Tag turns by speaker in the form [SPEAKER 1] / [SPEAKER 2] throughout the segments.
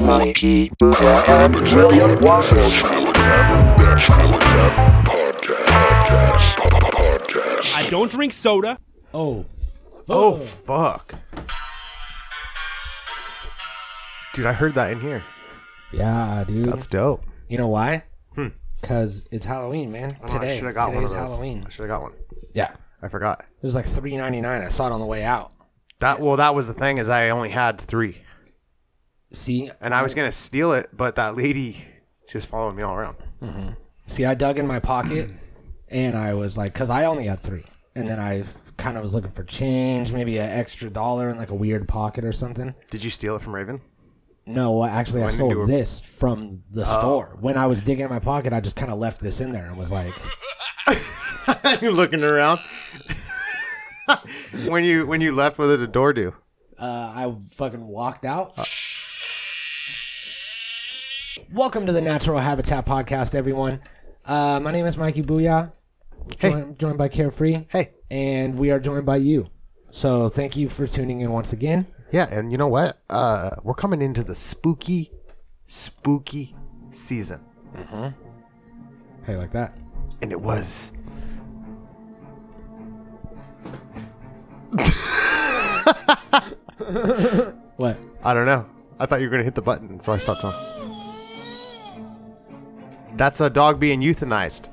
[SPEAKER 1] Molly P. Buddha and William Waffles.
[SPEAKER 2] Podcast. Podcast.
[SPEAKER 3] I don't drink soda.
[SPEAKER 4] Oh,
[SPEAKER 5] Oh fuck. Dude, I heard that in here.
[SPEAKER 4] yeah, dude.
[SPEAKER 5] That's dope.
[SPEAKER 4] you know why? Because it's Halloween, man.
[SPEAKER 5] Hmm. Oh, I
[SPEAKER 4] Today,
[SPEAKER 5] should have got one of
[SPEAKER 4] today's
[SPEAKER 5] those.
[SPEAKER 4] Halloween.
[SPEAKER 5] I should have got one.
[SPEAKER 4] Yeah, it
[SPEAKER 5] I forgot.
[SPEAKER 4] was like three ninety nine. I saw it on the way out.
[SPEAKER 5] That well, that was the thing is I only had three,
[SPEAKER 4] See,
[SPEAKER 5] and I was gonna steal it, but that lady just followed me all around.
[SPEAKER 4] see, I dug in my pocket, and I was like, because I only had three, and then I kind of was looking for change, maybe an extra dollar in like a weird pocket or something.
[SPEAKER 5] Did you steal it from Raven?
[SPEAKER 4] No, I- actually, I
[SPEAKER 5] Went
[SPEAKER 4] stole
[SPEAKER 5] into a-
[SPEAKER 4] this from the
[SPEAKER 5] Oh.
[SPEAKER 4] store. When I was digging in my pocket, I just kind of left this in there and was like,
[SPEAKER 5] you looking around. when you when you left, what did the door do?
[SPEAKER 4] uh, I fucking walked out. Welcome to the Natural Habitat Podcast, everyone. Uh, my name is Mikey Booyah.
[SPEAKER 5] Hey.
[SPEAKER 4] Joined, joined by Carefree.
[SPEAKER 5] Hey.
[SPEAKER 4] And we are joined by you. So thank you for tuning in once again.
[SPEAKER 5] Yeah, and you know what? Uh, we're coming into the spooky, spooky season,
[SPEAKER 4] Hey, like that.
[SPEAKER 5] and it was.
[SPEAKER 4] What?
[SPEAKER 5] I don't know. I thought you were gonna hit the button, so I stopped on. That's a dog being euthanized.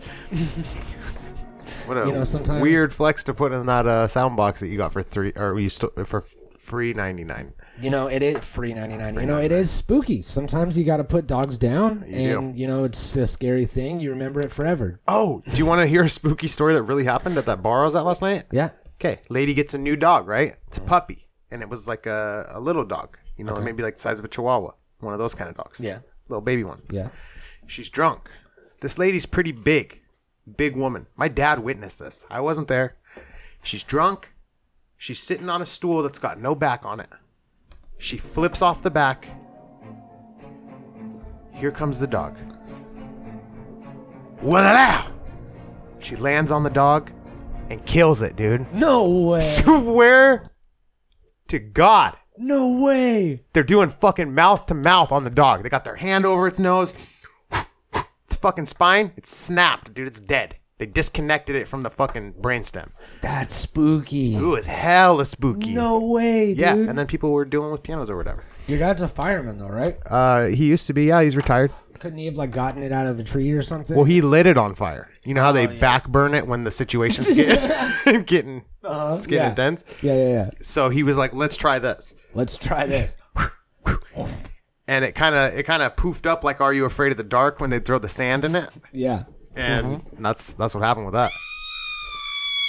[SPEAKER 5] what a
[SPEAKER 4] You know, sometimes-
[SPEAKER 5] weird flex to put in that uh, sound box that you got for three or you st- for free ninety nine.
[SPEAKER 4] You know, it is free ninety nine. You know, it is spooky. Sometimes you got to put dogs down,
[SPEAKER 5] You
[SPEAKER 4] and
[SPEAKER 5] do.
[SPEAKER 4] you know it's a scary thing. You remember it forever.
[SPEAKER 5] Oh, do you want to hear a spooky story that really happened at that bar I was at last night?
[SPEAKER 4] Yeah.
[SPEAKER 5] Okay, lady gets a new dog, right? It's a puppy, and it was like a, a little dog, you know, maybe like the size of a Chihuahua, one of those kind of dogs.
[SPEAKER 4] Yeah.
[SPEAKER 5] little baby one.
[SPEAKER 4] Yeah.
[SPEAKER 5] She's drunk. This lady's pretty big. Big woman. My dad witnessed this. I wasn't there. She's drunk. She's sitting on a stool that's got no back on it. She flips off the back. Here comes the dog. Wow! She lands on the dog and kills it, dude.
[SPEAKER 4] No way.
[SPEAKER 5] Swear to God.
[SPEAKER 4] No way.
[SPEAKER 5] They're doing fucking mouth to mouth on the dog. They got their hand over its nose. Its fucking spine, it's snapped, dude. It's dead. They disconnected it from the fucking brainstem.
[SPEAKER 4] That's spooky.
[SPEAKER 5] Ooh, it's hella spooky.
[SPEAKER 4] No way, dude.
[SPEAKER 5] Yeah, and then people were dealing with pianos or whatever.
[SPEAKER 4] Your dad's a fireman, though, right?
[SPEAKER 5] Uh, he used to be. Yeah, he's retired.
[SPEAKER 4] Couldn't he have like gotten it out of a tree or something?
[SPEAKER 5] Well, he lit it on fire. You know how
[SPEAKER 4] Oh,
[SPEAKER 5] they backburn it when the situation's get, getting it's getting
[SPEAKER 4] yeah.
[SPEAKER 5] intense.
[SPEAKER 4] Oh, yeah, yeah, yeah.
[SPEAKER 5] So he was like, "Let's try this."
[SPEAKER 4] Let's try this.
[SPEAKER 5] And it kind of it kind of poofed up like "Are You Afraid of the Dark?" when they throw the sand in it.
[SPEAKER 4] Yeah,
[SPEAKER 5] and that's that's what happened with that.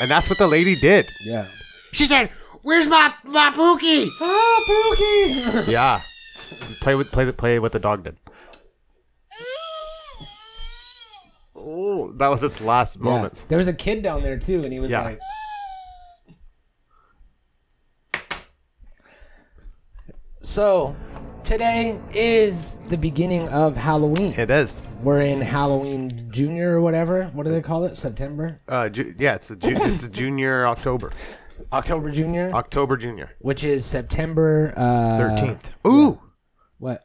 [SPEAKER 5] And that's what the lady did.
[SPEAKER 4] yeah.
[SPEAKER 5] She said, "Where's my my pookie?"
[SPEAKER 4] Ah, spooky.
[SPEAKER 5] yeah, play with play the play what the dog did. Oh, that was its last
[SPEAKER 4] yeah.
[SPEAKER 5] moments.
[SPEAKER 4] There was a kid down there too, and he was
[SPEAKER 5] Yeah.
[SPEAKER 4] like, "So, today is the beginning of Halloween.
[SPEAKER 5] It is.
[SPEAKER 4] We're in Halloween Junior or whatever. What do they call it? September,
[SPEAKER 5] Uh, ju- yeah, it's a ju- it's a junior October,
[SPEAKER 4] October Junior,
[SPEAKER 5] October junior,
[SPEAKER 4] which is September uh,
[SPEAKER 5] thirteenth. Ooh,
[SPEAKER 4] What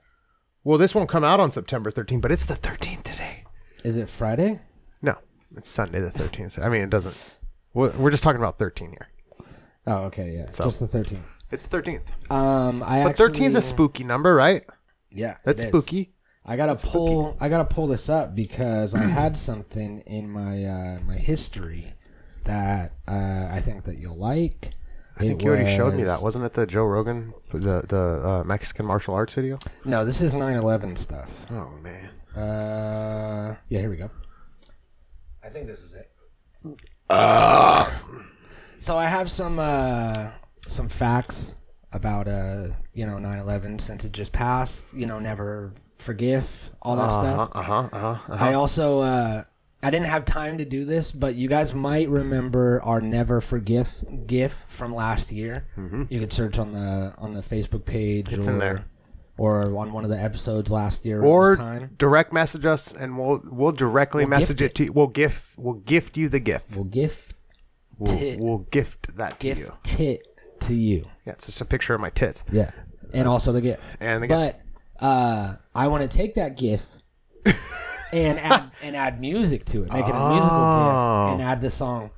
[SPEAKER 5] well, this won't come out on September thirteenth, but it's the thirteenth today.
[SPEAKER 4] is it? Friday?
[SPEAKER 5] No, it's Sunday the thirteenth. I mean, it doesn't. We're we're just talking about thirteen here.
[SPEAKER 4] Oh, okay, yeah. Just the thirteenth.
[SPEAKER 5] It's thirteenth.
[SPEAKER 4] Um, I
[SPEAKER 5] But
[SPEAKER 4] actually,
[SPEAKER 5] thirteen's a spooky number, right?
[SPEAKER 4] yeah.
[SPEAKER 5] That's
[SPEAKER 4] it is.
[SPEAKER 5] spooky.
[SPEAKER 4] I gotta pull. I gotta pull this up because I had something in my uh, my history that uh, I think that you'll like.
[SPEAKER 5] I think you already showed me that. Wasn't it the Joe Rogan, the the uh, Mexican martial arts video?
[SPEAKER 4] No, this is 9/11 stuff.
[SPEAKER 5] Oh man,
[SPEAKER 4] Uh, yeah, here we go. I think this is it. so I have some uh, some facts about uh, you know 9/11 since it just passed. You know, never forgive all that
[SPEAKER 5] Uh-huh,
[SPEAKER 4] stuff. Uh huh. Uh huh. I also uh, I didn't have time to do this, but you guys might remember our never forgive gif from last year. You could search on the on the Facebook page.
[SPEAKER 5] Mm-hmm. It's
[SPEAKER 4] or,
[SPEAKER 5] in there.
[SPEAKER 4] Or on one of the episodes last year, around
[SPEAKER 5] or
[SPEAKER 4] this time.
[SPEAKER 5] direct message us, and we'll we'll directly message it to you. We'll gift we'll gift you the gift.
[SPEAKER 4] We'll gift
[SPEAKER 5] We'll,
[SPEAKER 4] Tit.
[SPEAKER 5] we'll gift that to
[SPEAKER 4] gift
[SPEAKER 5] you.
[SPEAKER 4] tit to you.
[SPEAKER 5] Yeah, it's just a picture of my tits.
[SPEAKER 4] Yeah, and also the gift.
[SPEAKER 5] And the gift.
[SPEAKER 4] but uh, I want to take that GIF and add and add music to it, make it a musical
[SPEAKER 5] Oh.
[SPEAKER 4] GIF, and add the song.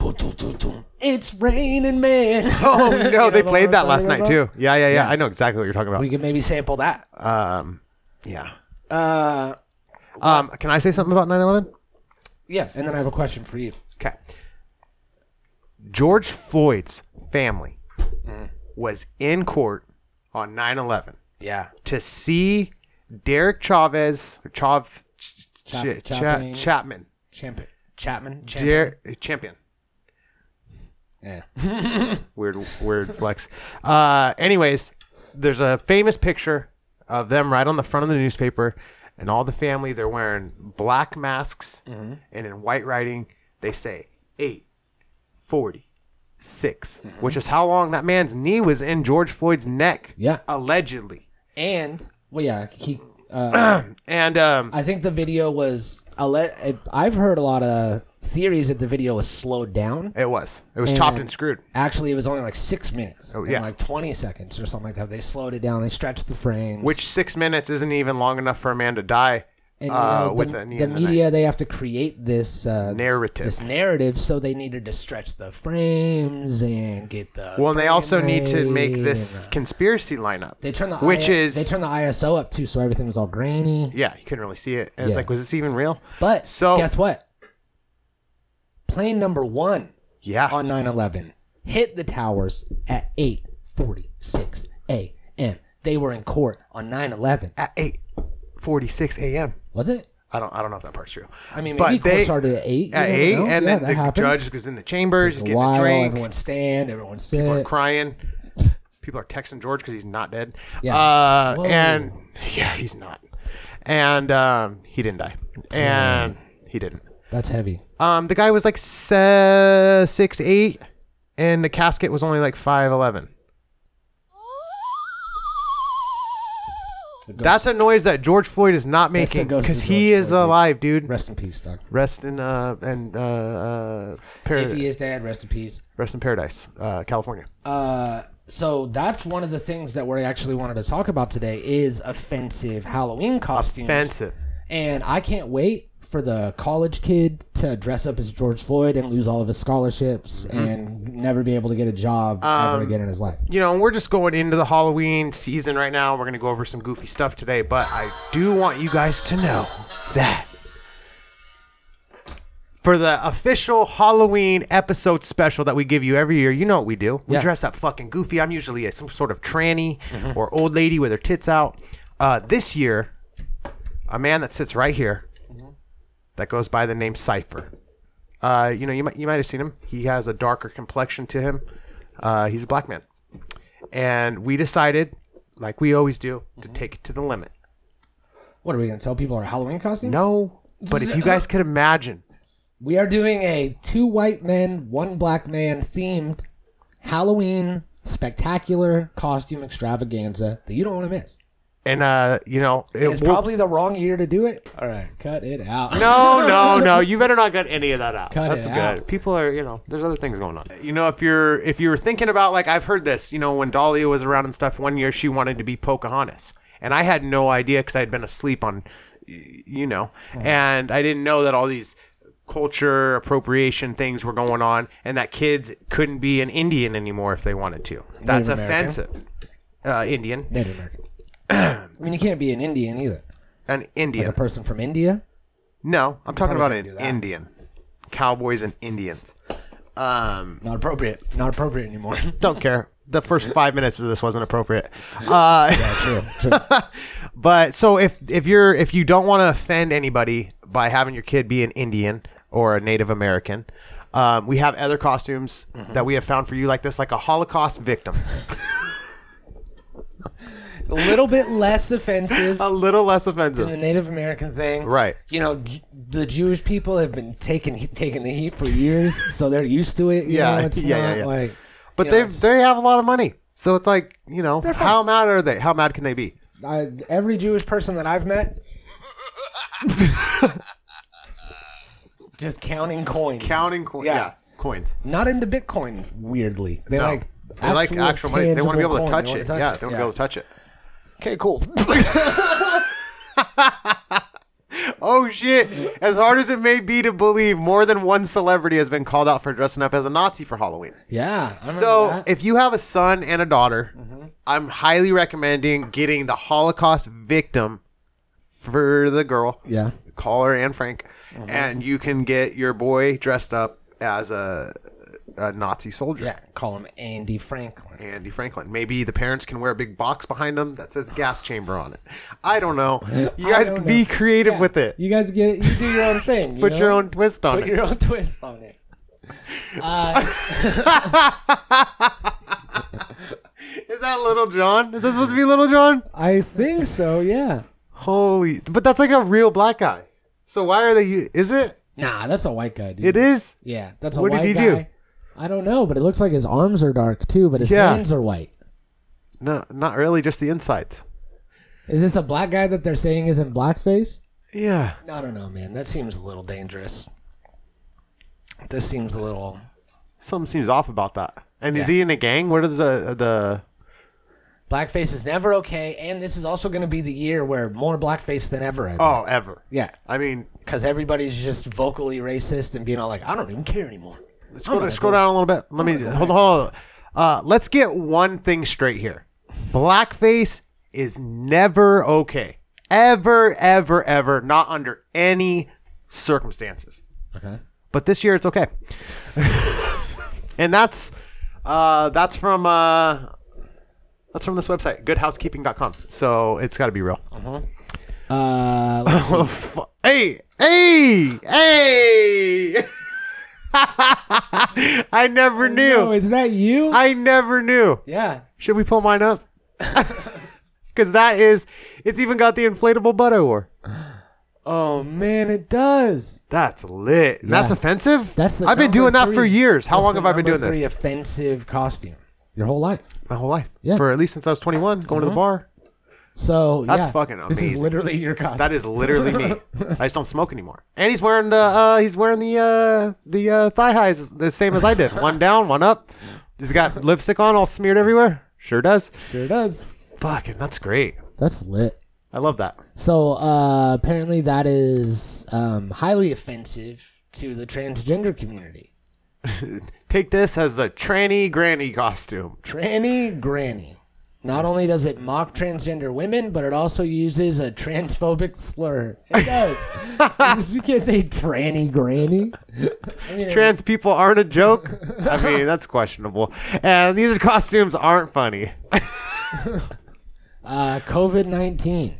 [SPEAKER 4] "Boom, boom, boom, boom, It's raining, man.
[SPEAKER 5] Oh
[SPEAKER 4] You
[SPEAKER 5] no,
[SPEAKER 4] know
[SPEAKER 5] they
[SPEAKER 4] the
[SPEAKER 5] played
[SPEAKER 4] one
[SPEAKER 5] that
[SPEAKER 4] I'm
[SPEAKER 5] last
[SPEAKER 4] talking
[SPEAKER 5] night
[SPEAKER 4] about?
[SPEAKER 5] too. Yeah, yeah, yeah, I know exactly what you're talking about.
[SPEAKER 4] We could maybe sample that.
[SPEAKER 5] um, yeah.
[SPEAKER 4] Uh,
[SPEAKER 5] Um, can I say something about 9/11?
[SPEAKER 4] yeah, and then I have a question for you.
[SPEAKER 5] Okay. George Floyd's family was in court on 9/11
[SPEAKER 4] Yeah,
[SPEAKER 5] to see Derek Chavez or Chav Ch-
[SPEAKER 4] Chap-
[SPEAKER 5] Ch- Cha-
[SPEAKER 4] Chapman.
[SPEAKER 5] Chapman,
[SPEAKER 4] Champion. Chapman. Champion.
[SPEAKER 5] Der- champion.
[SPEAKER 4] Yeah.
[SPEAKER 5] Weird, weird flex. Uh, anyways, there's a famous picture of them right on the front of the newspaper, and all the family. They're wearing black masks, and in white writing, they say eight forty six, which is how long that man's knee was in George Floyd's neck.
[SPEAKER 4] Yeah.
[SPEAKER 5] allegedly.
[SPEAKER 4] And well, yeah, he.
[SPEAKER 5] And um,
[SPEAKER 4] I think the video was. I'll let, I- I've heard a lot of theories that the video was slowed down.
[SPEAKER 5] it was it was chopped
[SPEAKER 4] And uh,
[SPEAKER 5] and screwed.
[SPEAKER 4] Actually, it was only like six minutes, and
[SPEAKER 5] yeah.
[SPEAKER 4] like twenty seconds or something like that. They slowed it down. They stretched the frame.
[SPEAKER 5] Which six minutes isn't even long enough for a man to die
[SPEAKER 4] and, you
[SPEAKER 5] uh,
[SPEAKER 4] know,
[SPEAKER 5] with
[SPEAKER 4] the,
[SPEAKER 5] a knee
[SPEAKER 4] the
[SPEAKER 5] in the neck.
[SPEAKER 4] media they have to create this uh,
[SPEAKER 5] Narrative.
[SPEAKER 4] This narrative, so they needed to stretch the frames and get the.
[SPEAKER 5] Well, and they
[SPEAKER 4] frame
[SPEAKER 5] also need to make
[SPEAKER 4] rate
[SPEAKER 5] this
[SPEAKER 4] and-
[SPEAKER 5] conspiracy lineup,
[SPEAKER 4] They turned the
[SPEAKER 5] which
[SPEAKER 4] I-
[SPEAKER 5] is
[SPEAKER 4] they turned the ISO up too, so everything was all grainy.
[SPEAKER 5] yeah, you couldn't really see it. And It's
[SPEAKER 4] Yeah.
[SPEAKER 5] like, was this even real?
[SPEAKER 4] But
[SPEAKER 5] so
[SPEAKER 4] guess what? Plane number one
[SPEAKER 5] yeah,
[SPEAKER 4] on 9/11 hit the towers at 8:46 a.m. They were in court on 9/11.
[SPEAKER 5] at eight forty-six a.m.
[SPEAKER 4] Was it?
[SPEAKER 5] I don't I don't know if that part's true.
[SPEAKER 4] I mean,
[SPEAKER 5] But
[SPEAKER 4] maybe court
[SPEAKER 5] they-
[SPEAKER 4] started at eight. you
[SPEAKER 5] At
[SPEAKER 4] never
[SPEAKER 5] eight,
[SPEAKER 4] know.
[SPEAKER 5] and
[SPEAKER 4] Yeah,
[SPEAKER 5] then
[SPEAKER 4] that
[SPEAKER 5] the
[SPEAKER 4] happens.
[SPEAKER 5] judge goes in the chambers, he's
[SPEAKER 4] A
[SPEAKER 5] getting
[SPEAKER 4] while,
[SPEAKER 5] a drink,
[SPEAKER 4] Everyone stand. Everyone sit.
[SPEAKER 5] crying. People are texting George because he's not dead.
[SPEAKER 4] Yeah.
[SPEAKER 5] Uh,
[SPEAKER 4] Whoa.
[SPEAKER 5] and yeah, he's not. And um, he didn't die. And he didn't.
[SPEAKER 4] That's heavy.
[SPEAKER 5] Um, the guy was like se- six eight, and the casket was only like five eleven.
[SPEAKER 4] It's a ghost.
[SPEAKER 5] That's a noise that George Floyd is not
[SPEAKER 4] That's the
[SPEAKER 5] making
[SPEAKER 4] ghost of
[SPEAKER 5] because he
[SPEAKER 4] George
[SPEAKER 5] is
[SPEAKER 4] Floyd, dude.
[SPEAKER 5] alive, dude. Rest,
[SPEAKER 4] rest in peace, dog.
[SPEAKER 5] in uh and uh, uh
[SPEAKER 4] If he
[SPEAKER 5] para-
[SPEAKER 4] is dead, rest in peace.
[SPEAKER 5] rest in paradise, uh, California.
[SPEAKER 4] Uh, so that's one of the things that we actually wanted to talk about today is offensive Halloween costumes.
[SPEAKER 5] Offensive.
[SPEAKER 4] And I can't wait for the college kid to dress up as George Floyd and lose all of his scholarships and never be able to get a job ever again in his life.
[SPEAKER 5] You know, and we're just going into the Halloween season right now. We're gonna go over some goofy stuff today, but I do want you guys to know that for the official Halloween episode special that we give you every year, you know what we do. We
[SPEAKER 4] Yeah.
[SPEAKER 5] dress up fucking goofy. I'm usually a, some sort of tranny or old lady with her tits out. Uh, this year, a man that sits right here that goes by the name Cypher. Uh, you know, you might you might have seen him. He has a darker complexion to him. Uh, he's a black man, and we decided, like we always do, to take it to the limit.
[SPEAKER 4] What are we going to tell people our Halloween costume?
[SPEAKER 5] No, but if you guys could imagine,
[SPEAKER 4] We are doing a two white men, one black man themed Halloween spectacular costume extravaganza that you don't want to miss.
[SPEAKER 5] and uh, you know, it
[SPEAKER 4] It's
[SPEAKER 5] will-
[SPEAKER 4] probably the wrong year to do it. All right, cut it out.
[SPEAKER 5] No, no, no. You better not get any of that out.
[SPEAKER 4] Cut
[SPEAKER 5] That's
[SPEAKER 4] it
[SPEAKER 5] good.
[SPEAKER 4] out.
[SPEAKER 5] People are, you know, there's other things going on. You know, if you're if you were thinking about like I've heard this, you know, when Dahlia was around and stuff, one year she wanted to be Pocahontas, and I had no idea because I had been asleep on, y- you know,
[SPEAKER 4] Hmm.
[SPEAKER 5] and I didn't know that all these culture appropriation things were going on and that kids couldn't be an Indian anymore if they wanted to. That's
[SPEAKER 4] American.
[SPEAKER 5] offensive. Uh, Indian,
[SPEAKER 4] Native American. I mean, you can't be an Indian either.
[SPEAKER 5] an Indian.
[SPEAKER 4] A person from India.
[SPEAKER 5] no, I'm talking about
[SPEAKER 4] couldn't
[SPEAKER 5] an
[SPEAKER 4] do that.
[SPEAKER 5] Indian. Cowboys and Indians. Um,
[SPEAKER 4] Not appropriate. Not appropriate anymore.
[SPEAKER 5] don't care. The first five minutes of this wasn't appropriate. Uh,
[SPEAKER 4] true. True.
[SPEAKER 5] but so if if you're if you don't want to offend anybody by having your kid be an Indian or a Native American, um, we have other costumes that we have found for you like this, like a Holocaust victim,
[SPEAKER 4] A little bit less offensive
[SPEAKER 5] a little less
[SPEAKER 4] than the
[SPEAKER 5] offensive.
[SPEAKER 4] Native American thing.
[SPEAKER 5] Right.
[SPEAKER 4] You know, J- the Jewish people have been taking taking the heat for years, so they're used to it. You
[SPEAKER 5] Yeah,
[SPEAKER 4] know, it's
[SPEAKER 5] yeah, yeah,
[SPEAKER 4] not
[SPEAKER 5] yeah.
[SPEAKER 4] Like,
[SPEAKER 5] But
[SPEAKER 4] you
[SPEAKER 5] they
[SPEAKER 4] know,
[SPEAKER 5] they have a lot of money, so it's like you know how mad are they? How mad can they be?
[SPEAKER 4] I, every Jewish person that I've met. Just counting coins.
[SPEAKER 5] Counting coins, yeah. coins.
[SPEAKER 4] Not into Bitcoin, weirdly. They
[SPEAKER 5] No.
[SPEAKER 4] like
[SPEAKER 5] they like actual money. They want to be able
[SPEAKER 4] tangible
[SPEAKER 5] to touch
[SPEAKER 4] coin.
[SPEAKER 5] it. Yeah, they want to be able to touch it.
[SPEAKER 4] Okay, cool.
[SPEAKER 5] Oh shit! As hard as it may be to believe, more than one celebrity has been called out for dressing up as a Nazi for Halloween.
[SPEAKER 4] yeah. I remember
[SPEAKER 5] So,
[SPEAKER 4] that. Mm-hmm.
[SPEAKER 5] if you have a son and a daughter, I'm highly recommending getting the Holocaust victim for the girl,
[SPEAKER 4] yeah. Mm-hmm.
[SPEAKER 5] call her Anne Frank, and you can get your boy dressed up as a, a Nazi soldier.
[SPEAKER 4] Yeah. Call him Andy Franklin.
[SPEAKER 5] Andy Franklin. Maybe the parents can wear a big box behind them that says gas chamber on it. I don't know. You
[SPEAKER 4] I
[SPEAKER 5] guys
[SPEAKER 4] don't
[SPEAKER 5] be
[SPEAKER 4] know.
[SPEAKER 5] creative with it.
[SPEAKER 4] You guys get it. You do your own thing. you
[SPEAKER 5] Put your
[SPEAKER 4] know?
[SPEAKER 5] own twist on
[SPEAKER 4] Put
[SPEAKER 5] it.
[SPEAKER 4] your own twist on it. Uh,
[SPEAKER 5] Is that Little John? Is that supposed to be Little John?
[SPEAKER 4] I think so. Yeah.
[SPEAKER 5] Holy! But that's like a real black guy. So why are they? u- Is it?
[SPEAKER 4] Nah, that's a white guy, dude.
[SPEAKER 5] It is.
[SPEAKER 4] Yeah, that's a
[SPEAKER 5] What did
[SPEAKER 4] white
[SPEAKER 5] he
[SPEAKER 4] guy.
[SPEAKER 5] do?
[SPEAKER 4] I don't know, but it looks like his arms are dark too, but his
[SPEAKER 5] Yeah.
[SPEAKER 4] hands are white.
[SPEAKER 5] No, not really. Just the insides.
[SPEAKER 4] Is this a black guy that they're saying is in blackface?
[SPEAKER 5] Yeah.
[SPEAKER 4] I don't know, man. That seems a little dangerous. This seems a little.
[SPEAKER 5] Something seems off about that. And is he in a gang? Where does the the?
[SPEAKER 4] Blackface is never okay, and this is also going to be the year where more blackface than ever. I
[SPEAKER 5] Oh, ever.
[SPEAKER 4] Yeah.
[SPEAKER 5] I mean,
[SPEAKER 4] Because everybody's just vocally racist and being all like, I don't even care anymore.
[SPEAKER 5] let's scroll, scroll down a little bit. Let me hold on. Hold on. Uh, let's get one thing straight here. Blackface is never okay. Ever, ever, ever. Not under any circumstances.
[SPEAKER 4] Okay.
[SPEAKER 5] but this year it's okay. and that's uh, that's from uh, that's from this website, goodhousekeeping.com. So it's got to be real.
[SPEAKER 4] Uh-huh. Uh, let's see.
[SPEAKER 5] Oh, fu- hey, hey, hey! I never
[SPEAKER 4] Oh,
[SPEAKER 5] knew.
[SPEAKER 4] is that you?
[SPEAKER 5] I never knew.
[SPEAKER 4] yeah.
[SPEAKER 5] Should we pull mine up? Because that is, it's even got the inflatable butt I wore.
[SPEAKER 4] Oh man, it does.
[SPEAKER 5] That's lit. That's offensive.
[SPEAKER 4] That's the
[SPEAKER 5] I've been
[SPEAKER 4] number
[SPEAKER 5] doing that for
[SPEAKER 4] three-
[SPEAKER 5] years. How
[SPEAKER 4] that's
[SPEAKER 5] long
[SPEAKER 4] the
[SPEAKER 5] have I been
[SPEAKER 4] number
[SPEAKER 5] doing this?
[SPEAKER 4] Three offensive costume. Your whole life.
[SPEAKER 5] my whole life.
[SPEAKER 4] Yeah.
[SPEAKER 5] For at least since I was 21, going to the bar.
[SPEAKER 4] So
[SPEAKER 5] That's
[SPEAKER 4] yeah,
[SPEAKER 5] fucking
[SPEAKER 4] This is
[SPEAKER 5] amazing.
[SPEAKER 4] literally your costume.
[SPEAKER 5] That is literally me. I just don't smoke anymore. And he's wearing the uh, he's wearing the uh, the uh, thigh highs the same as I did. One down, one up. He's got lipstick on, all smeared everywhere. Sure does.
[SPEAKER 4] sure does.
[SPEAKER 5] Fucking, that's great.
[SPEAKER 4] That's lit.
[SPEAKER 5] I love that.
[SPEAKER 4] So uh, apparently that is um, highly offensive to the transgender community.
[SPEAKER 5] Take this as the tranny granny costume.
[SPEAKER 4] Tranny granny. Not only does it mock transgender women, but it also uses a transphobic slur. It does. you can't say tranny granny. I mean,
[SPEAKER 5] Trans people aren't a joke. I mean, that's questionable. And these costumes aren't funny.
[SPEAKER 4] uh, COVID nineteen.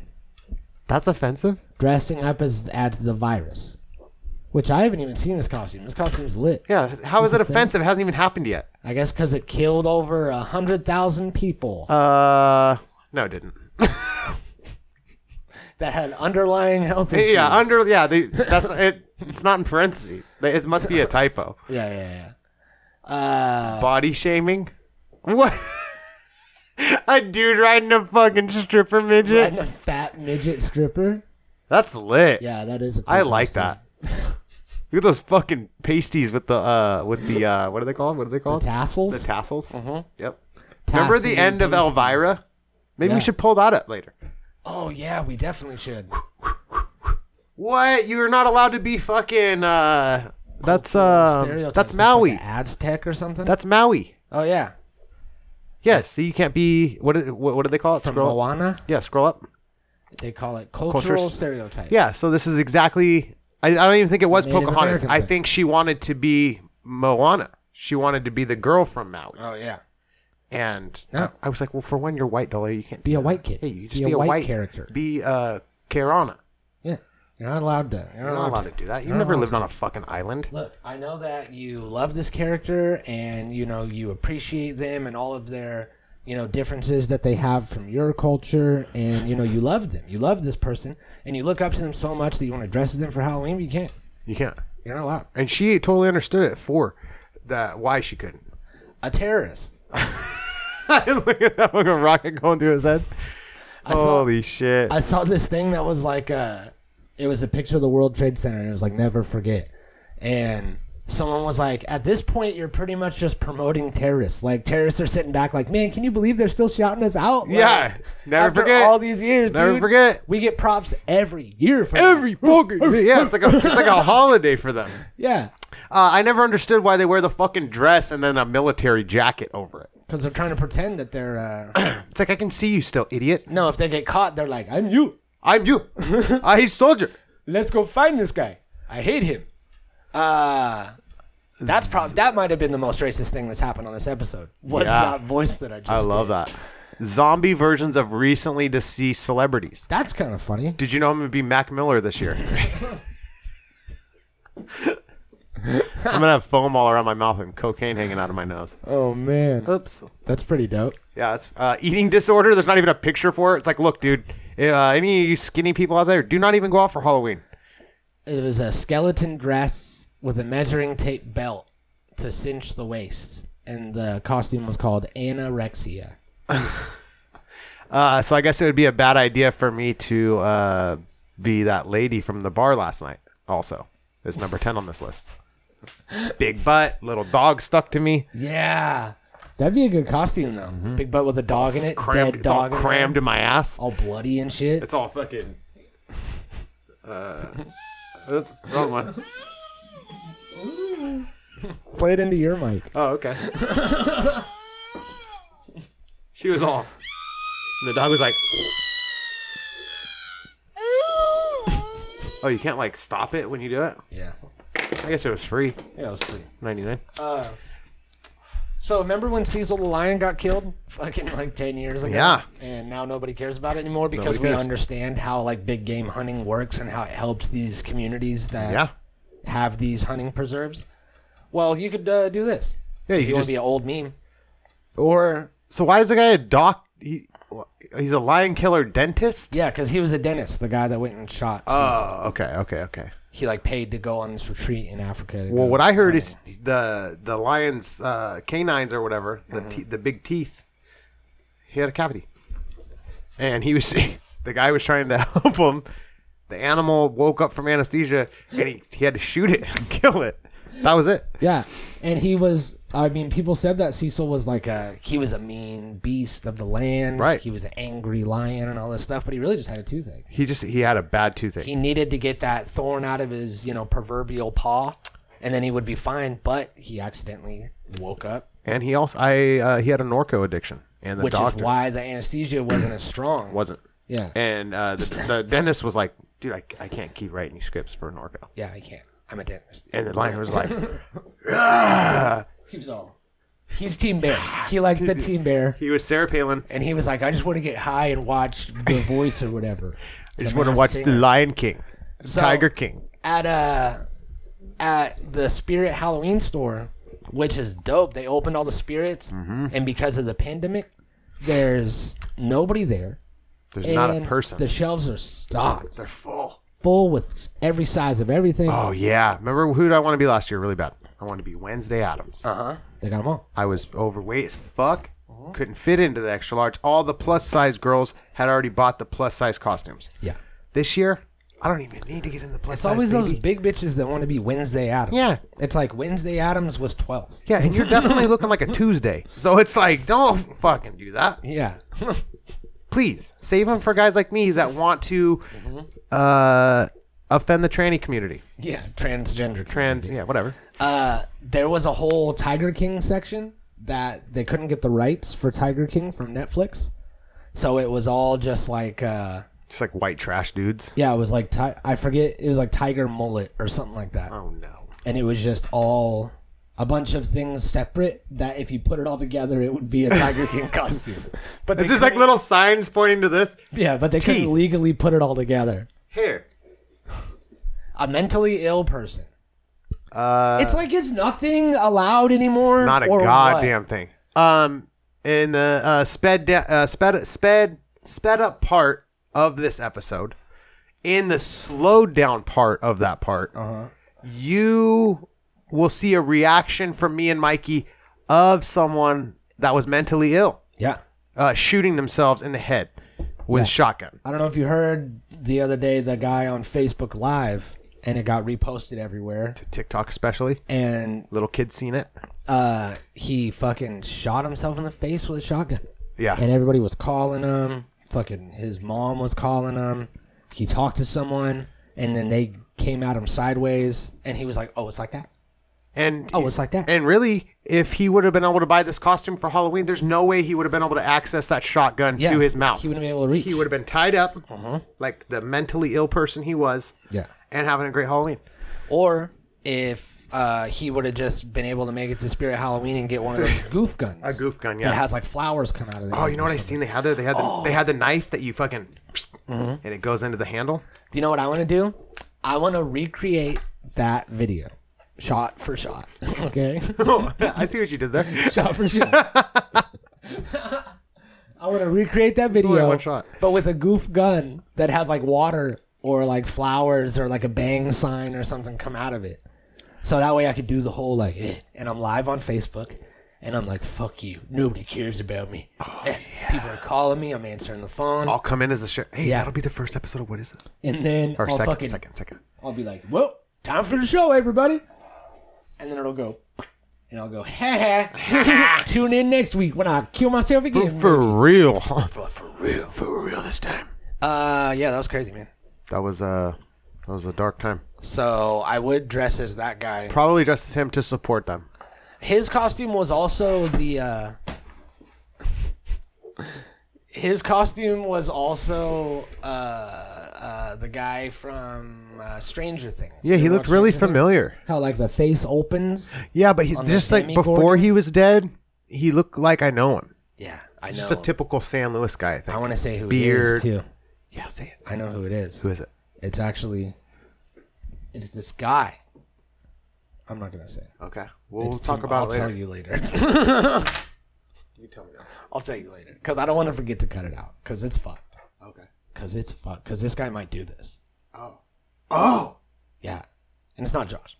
[SPEAKER 5] That's offensive.
[SPEAKER 4] dressing up as as the virus, which I haven't even seen this costume. This costume's lit.
[SPEAKER 5] Yeah. How is it offensive? It hasn't even happened yet.
[SPEAKER 4] I guess because it killed over a hundred thousand people
[SPEAKER 5] Uh, no, it didn't.
[SPEAKER 4] that had underlying health issues.
[SPEAKER 5] Yeah, under yeah, they, that's it. It's not in parentheses. They- It must be a typo.
[SPEAKER 4] yeah, yeah, yeah. Uh,
[SPEAKER 5] Body shaming. What? a dude riding a fucking stripper midget.
[SPEAKER 4] and a fat midget stripper.
[SPEAKER 5] That's lit.
[SPEAKER 4] Yeah, that is. A cool
[SPEAKER 5] I like
[SPEAKER 4] costume.
[SPEAKER 5] that. Look at those fucking pasties with the uh with the uh what are they called? What are they called?
[SPEAKER 4] Tassels.
[SPEAKER 5] The tassels. Mm-hmm. Yep. Remember the
[SPEAKER 4] Tassels
[SPEAKER 5] end of
[SPEAKER 4] and pasties.
[SPEAKER 5] Elvira? Maybe
[SPEAKER 4] Yeah.
[SPEAKER 5] we should pull that up later.
[SPEAKER 4] Oh yeah, we definitely should.
[SPEAKER 5] Um, What? You're not allowed to be fucking. uh That's uh
[SPEAKER 4] Stereotypes,
[SPEAKER 5] that's
[SPEAKER 4] it's like
[SPEAKER 5] Maui.
[SPEAKER 4] an Aztec or something.
[SPEAKER 5] That's Maui.
[SPEAKER 4] oh yeah,
[SPEAKER 5] Yeah, see, you can't be what? did- What, what do they call it?
[SPEAKER 4] from
[SPEAKER 5] scroll. Up.
[SPEAKER 4] Moana.
[SPEAKER 5] Yeah, scroll up.
[SPEAKER 4] They call it cultural
[SPEAKER 5] Cultures.
[SPEAKER 4] stereotype.
[SPEAKER 5] Yeah, so this is exactly. I, I don't even think it was
[SPEAKER 4] Native
[SPEAKER 5] Pocahontas.
[SPEAKER 4] American
[SPEAKER 5] I
[SPEAKER 4] thing.
[SPEAKER 5] think she wanted to be Moana. She wanted to be the girl from Maui.
[SPEAKER 4] Oh yeah.
[SPEAKER 5] And
[SPEAKER 4] No.
[SPEAKER 5] I was like, well, for when you're white, dollar, you can't
[SPEAKER 4] Be a white kid.
[SPEAKER 5] Hey, you just
[SPEAKER 4] be, a white, character.
[SPEAKER 5] Be uh, Karana.
[SPEAKER 4] yeah. You're not allowed to. You're
[SPEAKER 5] You're not allowed to do that. You've never lived on a fucking island.
[SPEAKER 4] Look, I know that you love this character and you know you appreciate them and all of their you know differences that they have from your culture and you know you love them. You love this person and you look up to them so much that you want to dress as them for Halloween, but you can't.
[SPEAKER 5] You can't.
[SPEAKER 4] You're not allowed.
[SPEAKER 5] And she totally understood it for that why she couldn't.
[SPEAKER 4] A terrorist.
[SPEAKER 5] Look at that fucking rocket going through his head. Holy shit!
[SPEAKER 4] I saw this thing that was like uh it was a picture of the World Trade Center and it was like never forget. And someone was like, "At this point, you're pretty much just promoting terrorists. Like terrorists are sitting back, like, man, can you believe they're still shouting us out? Like,
[SPEAKER 5] Yeah. Never
[SPEAKER 4] after
[SPEAKER 5] forget.
[SPEAKER 4] all these years.
[SPEAKER 5] Never
[SPEAKER 4] dude,
[SPEAKER 5] forget.
[SPEAKER 4] We get props every year for that.
[SPEAKER 5] Every fucking yeah, it's like a it's like a holiday for them.
[SPEAKER 4] yeah,
[SPEAKER 5] Uh, I never understood why they wear the fucking dress and then a military jacket over it.
[SPEAKER 4] because they're trying to pretend that they're. Uh,
[SPEAKER 5] It's like I can see you still, idiot.
[SPEAKER 4] no, if they get caught, they're like, "I'm you.
[SPEAKER 5] I'm you. I hate soldier.
[SPEAKER 4] Let's go find this guy. I hate him." Uh that's prob- that might have been the most racist thing that's happened on this episode. What's
[SPEAKER 5] Yeah.
[SPEAKER 4] that voice that I just?
[SPEAKER 5] I love
[SPEAKER 4] did?
[SPEAKER 5] that. Zombie versions of recently deceased celebrities.
[SPEAKER 4] That's kind of funny.
[SPEAKER 5] Did you know I'm gonna be Mac Miller this year? I'm gonna have foam all around my mouth and cocaine hanging out of my nose.
[SPEAKER 4] Oh man,
[SPEAKER 5] Oops.
[SPEAKER 4] that's pretty dope.
[SPEAKER 5] Yeah, it's uh, eating disorder. There's not even a picture for it. It's like, look, dude, uh, any skinny people out there, do not even go out for Halloween.
[SPEAKER 4] It was a skeleton dress with a measuring tape belt to cinch the waist, and the costume was called anorexia.
[SPEAKER 5] Uh, so I guess it would be a bad idea for me to uh, be that lady from the bar last night. Also, is number ten on this list. Big butt, little dog stuck to me.
[SPEAKER 4] Yeah, that'd be a good costume though. Big butt with a dog in it,
[SPEAKER 5] crammed,
[SPEAKER 4] dead
[SPEAKER 5] Mm-hmm. it's all
[SPEAKER 4] dog, in there,
[SPEAKER 5] crammed in my ass.
[SPEAKER 4] all bloody and shit.
[SPEAKER 5] It's all fucking. Uh, oops, wrong one.
[SPEAKER 4] Play it into your mic.
[SPEAKER 5] Oh, okay. she was all. and the dog was like. oh, you can't like stop it when you do it.
[SPEAKER 4] Yeah,
[SPEAKER 5] I guess it was free.
[SPEAKER 4] yeah, it was pretty.
[SPEAKER 5] Ninety nine.
[SPEAKER 4] Uh, So remember when Cecil the lion got killed? Fucking like ten years ago.
[SPEAKER 5] Yeah.
[SPEAKER 4] And now nobody cares about it anymore because
[SPEAKER 5] Nobody
[SPEAKER 4] we
[SPEAKER 5] cares.
[SPEAKER 4] understand how like big game hunting works and how it helps these communities that
[SPEAKER 5] Yeah.
[SPEAKER 4] have these hunting preserves. Well, you could uh, do this.
[SPEAKER 5] Yeah, you
[SPEAKER 4] If
[SPEAKER 5] could
[SPEAKER 4] you want
[SPEAKER 5] just-
[SPEAKER 4] to be an old meme?
[SPEAKER 5] Or so why is the guy a doc? He, he's a lion killer dentist.
[SPEAKER 4] Yeah, because he was a dentist, the guy that went and shot. Cecil.
[SPEAKER 5] Oh, okay, okay, okay.
[SPEAKER 4] He like paid to go on this retreat in Africa. to
[SPEAKER 5] Well,
[SPEAKER 4] go
[SPEAKER 5] what I heard
[SPEAKER 4] hunting.
[SPEAKER 5] is the the lion's uh, canines or whatever,
[SPEAKER 4] Mm-hmm.
[SPEAKER 5] the te- the big teeth. He had a cavity, and he was the guy was trying to help him. The animal woke up from anesthesia, and he, he had to shoot it and kill it. That was it.
[SPEAKER 4] Yeah, and he was. I mean, people said that Cecil was like a he was a mean beast of the land.
[SPEAKER 5] Right.
[SPEAKER 4] He was an angry lion and all this stuff, but he really just had a toothache.
[SPEAKER 5] He just he had a bad toothache.
[SPEAKER 4] He needed to get that thorn out of his you know proverbial paw, and then he would be fine. But he accidentally woke up,
[SPEAKER 5] and he also I uh, he had a Norco addiction, and the
[SPEAKER 4] which
[SPEAKER 5] doctor
[SPEAKER 4] is why the anesthesia wasn't as strong.
[SPEAKER 5] wasn't.
[SPEAKER 4] Yeah.
[SPEAKER 5] And uh, the, the dentist was like, "Dude, I, I can't keep writing you scripts for Norco."
[SPEAKER 4] Yeah, I can't. I'm a dentist.
[SPEAKER 5] And the lion was like,
[SPEAKER 4] He was all. He was Team Bear. He liked the Team Bear.
[SPEAKER 5] "He was Sarah Palin."
[SPEAKER 4] And he was like, I just want to get high and watch The Voice or whatever.
[SPEAKER 5] I just want to watch The Lion King, Tiger King.
[SPEAKER 4] at uh at the spirit Halloween store, which is dope. They opened all the spirits, and because of the pandemic, there's nobody there.
[SPEAKER 5] There's not a
[SPEAKER 4] and
[SPEAKER 5] person.
[SPEAKER 4] The shelves are stocked,
[SPEAKER 5] They're full.
[SPEAKER 4] full with every size of everything.
[SPEAKER 5] Oh yeah, remember who did I want to be last year? Really bad. I wanted to be Wednesday Adams. Uh huh.
[SPEAKER 4] They got them all.
[SPEAKER 5] I was overweight as fuck. Couldn't fit into the extra large. All the plus size girls had already bought the plus size costumes.
[SPEAKER 4] Yeah.
[SPEAKER 5] This year, I don't even need to get in the plus
[SPEAKER 4] It's
[SPEAKER 5] size.
[SPEAKER 4] always
[SPEAKER 5] baby.
[SPEAKER 4] those big bitches that want to be Wednesday Adams.
[SPEAKER 5] Yeah.
[SPEAKER 4] It's like Wednesday Adams was 12.
[SPEAKER 5] Yeah, and you're definitely looking like a Tuesday. So it's like, don't fucking do that.
[SPEAKER 4] Yeah.
[SPEAKER 5] Please save them for guys like me that want to uh, offend the tranny community.
[SPEAKER 4] yeah. Transgender.
[SPEAKER 5] Trans, yeah, whatever.
[SPEAKER 4] Uh, there was a whole Tiger King section that they couldn't get the rights for Tiger King from Netflix, so it was all just like, uh,
[SPEAKER 5] Just like white trash dudes.
[SPEAKER 4] yeah, it was like ti- I forget it was like Tiger Mullet or something like that,
[SPEAKER 5] Oh no.
[SPEAKER 4] and it was just all a bunch of things separate that if you put it all together, it would be a Tiger King costume. But they
[SPEAKER 5] It's just like
[SPEAKER 4] couldn't-
[SPEAKER 5] little signs pointing to this.
[SPEAKER 4] yeah, but they
[SPEAKER 5] teeth.
[SPEAKER 4] couldn't legally put it all together.
[SPEAKER 5] Here.
[SPEAKER 4] A mentally ill person. Uh, it's like it's nothing allowed anymore.
[SPEAKER 5] Not a
[SPEAKER 4] or what?
[SPEAKER 5] goddamn thing. Um, in the uh, sped da- uh, sped sped sped up part of this episode, in the slowed down part of that part, you will see a reaction from me and Mikey of someone that was mentally ill,
[SPEAKER 4] Yeah.
[SPEAKER 5] uh, shooting themselves in the head with a shotgun.
[SPEAKER 4] I don't know if you heard the other day the guy on Facebook Live and it got reposted everywhere.
[SPEAKER 5] TikTok especially.
[SPEAKER 4] And
[SPEAKER 5] Little kids seen it.
[SPEAKER 4] uh, he fucking shot himself in the face with a shotgun.
[SPEAKER 5] Yeah.
[SPEAKER 4] And everybody was calling him. Fucking his mom was calling him. He talked to someone, and then they came at him sideways, and he was like, "Oh, it's like that."
[SPEAKER 5] And
[SPEAKER 4] Oh, it's like that.
[SPEAKER 5] And really, if he would have been able to buy this costume for Halloween, there's no way he would have been able to access that shotgun
[SPEAKER 4] Yeah,
[SPEAKER 5] to his mouth.
[SPEAKER 4] He wouldn't be able to reach. Uh-huh.
[SPEAKER 5] He would have been tied up, like the mentally ill person he was.
[SPEAKER 4] Yeah.
[SPEAKER 5] And having a great Halloween.
[SPEAKER 4] Or if uh, he would have just been able to make it to Spirit Halloween and get one of those goof guns.
[SPEAKER 5] A goof gun, yeah.
[SPEAKER 4] That has like flowers come out of it.
[SPEAKER 5] Oh, you know what I seen they had there? They had the,
[SPEAKER 4] Oh.
[SPEAKER 5] they had the knife that you fucking
[SPEAKER 4] Mm-hmm.
[SPEAKER 5] and it goes into the handle.
[SPEAKER 4] Do you know what I want to do? I want to recreate that video, shot for shot. Okay,
[SPEAKER 5] I see what you did there.
[SPEAKER 4] shot for shot. I want to recreate that video,
[SPEAKER 5] one shot.
[SPEAKER 4] but with a goof gun that has like water or like flowers or like a bang sign or something come out of it. So that way I could do the whole like, eh. and I'm live on Facebook, and I'm like, "Fuck you, nobody cares about me."
[SPEAKER 5] Oh,
[SPEAKER 4] Eh, People are calling me. I'm answering the phone,
[SPEAKER 5] I'll come in as a shit. Hey,
[SPEAKER 4] Yeah.
[SPEAKER 5] that'll be the first episode of what is it?
[SPEAKER 4] and then
[SPEAKER 5] Or
[SPEAKER 4] I'll
[SPEAKER 5] second,
[SPEAKER 4] fucking
[SPEAKER 5] second, second.
[SPEAKER 4] I'll be like, well, time for the show, everybody. And then it'll go, and I'll go, ha ha. Tune in next week when I kill myself again.
[SPEAKER 5] real, huh? For, for real, for real this time.
[SPEAKER 4] uh, yeah, that was crazy, man.
[SPEAKER 5] That was uh, that was a dark time.
[SPEAKER 4] So I would dress as that guy.
[SPEAKER 5] Probably just him to support them.
[SPEAKER 4] His costume was also the. Uh, his costume was also uh, uh, the guy from uh, Stranger Things.
[SPEAKER 5] Yeah,
[SPEAKER 4] You
[SPEAKER 5] he
[SPEAKER 4] know
[SPEAKER 5] looked really
[SPEAKER 4] Stranger Things?
[SPEAKER 5] familiar.
[SPEAKER 4] How like the face opens?
[SPEAKER 5] Yeah, but he,
[SPEAKER 4] On the
[SPEAKER 5] just like
[SPEAKER 4] Demi
[SPEAKER 5] before
[SPEAKER 4] Gorgon?
[SPEAKER 5] he was dead, he looked like I know him.
[SPEAKER 4] Yeah, I know.
[SPEAKER 5] Just a typical San Luis guy, I think.
[SPEAKER 4] I want to say who
[SPEAKER 5] Beard.
[SPEAKER 4] it is too.
[SPEAKER 5] yeah, say it.
[SPEAKER 4] I know who it is.
[SPEAKER 5] Who is it?
[SPEAKER 4] It's actually it's this guy. I'm not gonna say. it.
[SPEAKER 5] Okay, we'll
[SPEAKER 4] It's
[SPEAKER 5] talk
[SPEAKER 4] some-
[SPEAKER 5] about
[SPEAKER 4] I'll
[SPEAKER 5] it later.
[SPEAKER 4] tell you later. I'll tell you later because I don't want to forget to cut it out because it's fucked.
[SPEAKER 5] Okay.
[SPEAKER 4] Because it's fucked. Because this guy might do this.
[SPEAKER 5] Oh.
[SPEAKER 4] Yeah, and it's not Josh.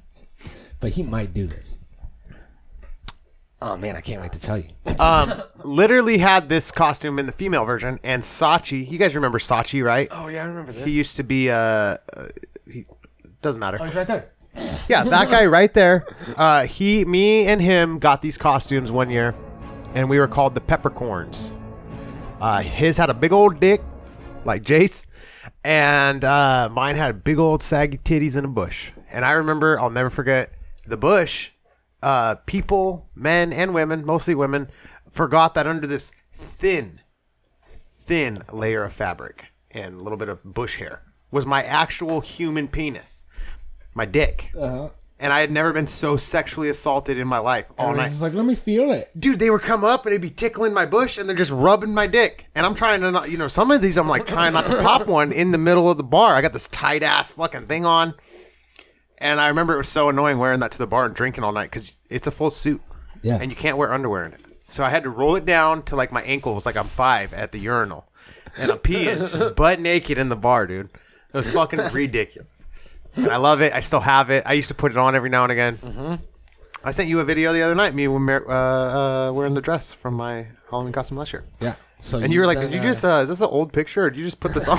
[SPEAKER 4] but he might do this. Oh man, I can't wait to tell you.
[SPEAKER 5] literally had this costume in the female version, and Sachi. You guys remember Sachi, right?
[SPEAKER 4] Oh yeah, I remember this. Oh,
[SPEAKER 5] He used to be uh, uh, he doesn't matter.
[SPEAKER 4] He's right there.
[SPEAKER 5] Yeah, that guy right there. Uh, he, me, and him got these costumes one year, and we were called the Peppercorns. Uh, his had a big old dick, like Jace, and uh, mine had big old saggy titties and a bush. And I remember, I'll never forget, the bush. Uh, people, men and women, mostly women, forgot that under this thin, thin layer of fabric and a little bit of bush hair was my actual human penis, my dick. And I had never been so sexually assaulted in my life all night.
[SPEAKER 4] like, let me feel it.
[SPEAKER 5] Dude, they would come up and they'd be tickling my bush and they're just rubbing my dick. And I'm trying to not, you know, some of these I'm like trying not to pop one in the middle of the bar. I got this tight ass fucking thing on. And I remember it was so annoying wearing that to the bar and drinking all night because it's a full suit.
[SPEAKER 4] Yeah.
[SPEAKER 5] And you can't wear underwear in it. So I had to roll it down to like my ankles, like I'm five at the urinal. And I'm peeing, just butt naked in the bar, dude. It was fucking ridiculous. And I love it. I still have it. I used to put it on every now and again. I sent you a video the other night, me when Mar- uh, uh, wearing the dress from my Halloween costume last year.
[SPEAKER 4] Yeah. So
[SPEAKER 5] And you were like,
[SPEAKER 4] done
[SPEAKER 5] did you
[SPEAKER 4] that.
[SPEAKER 5] just, uh, is this an old picture or did you just put this on?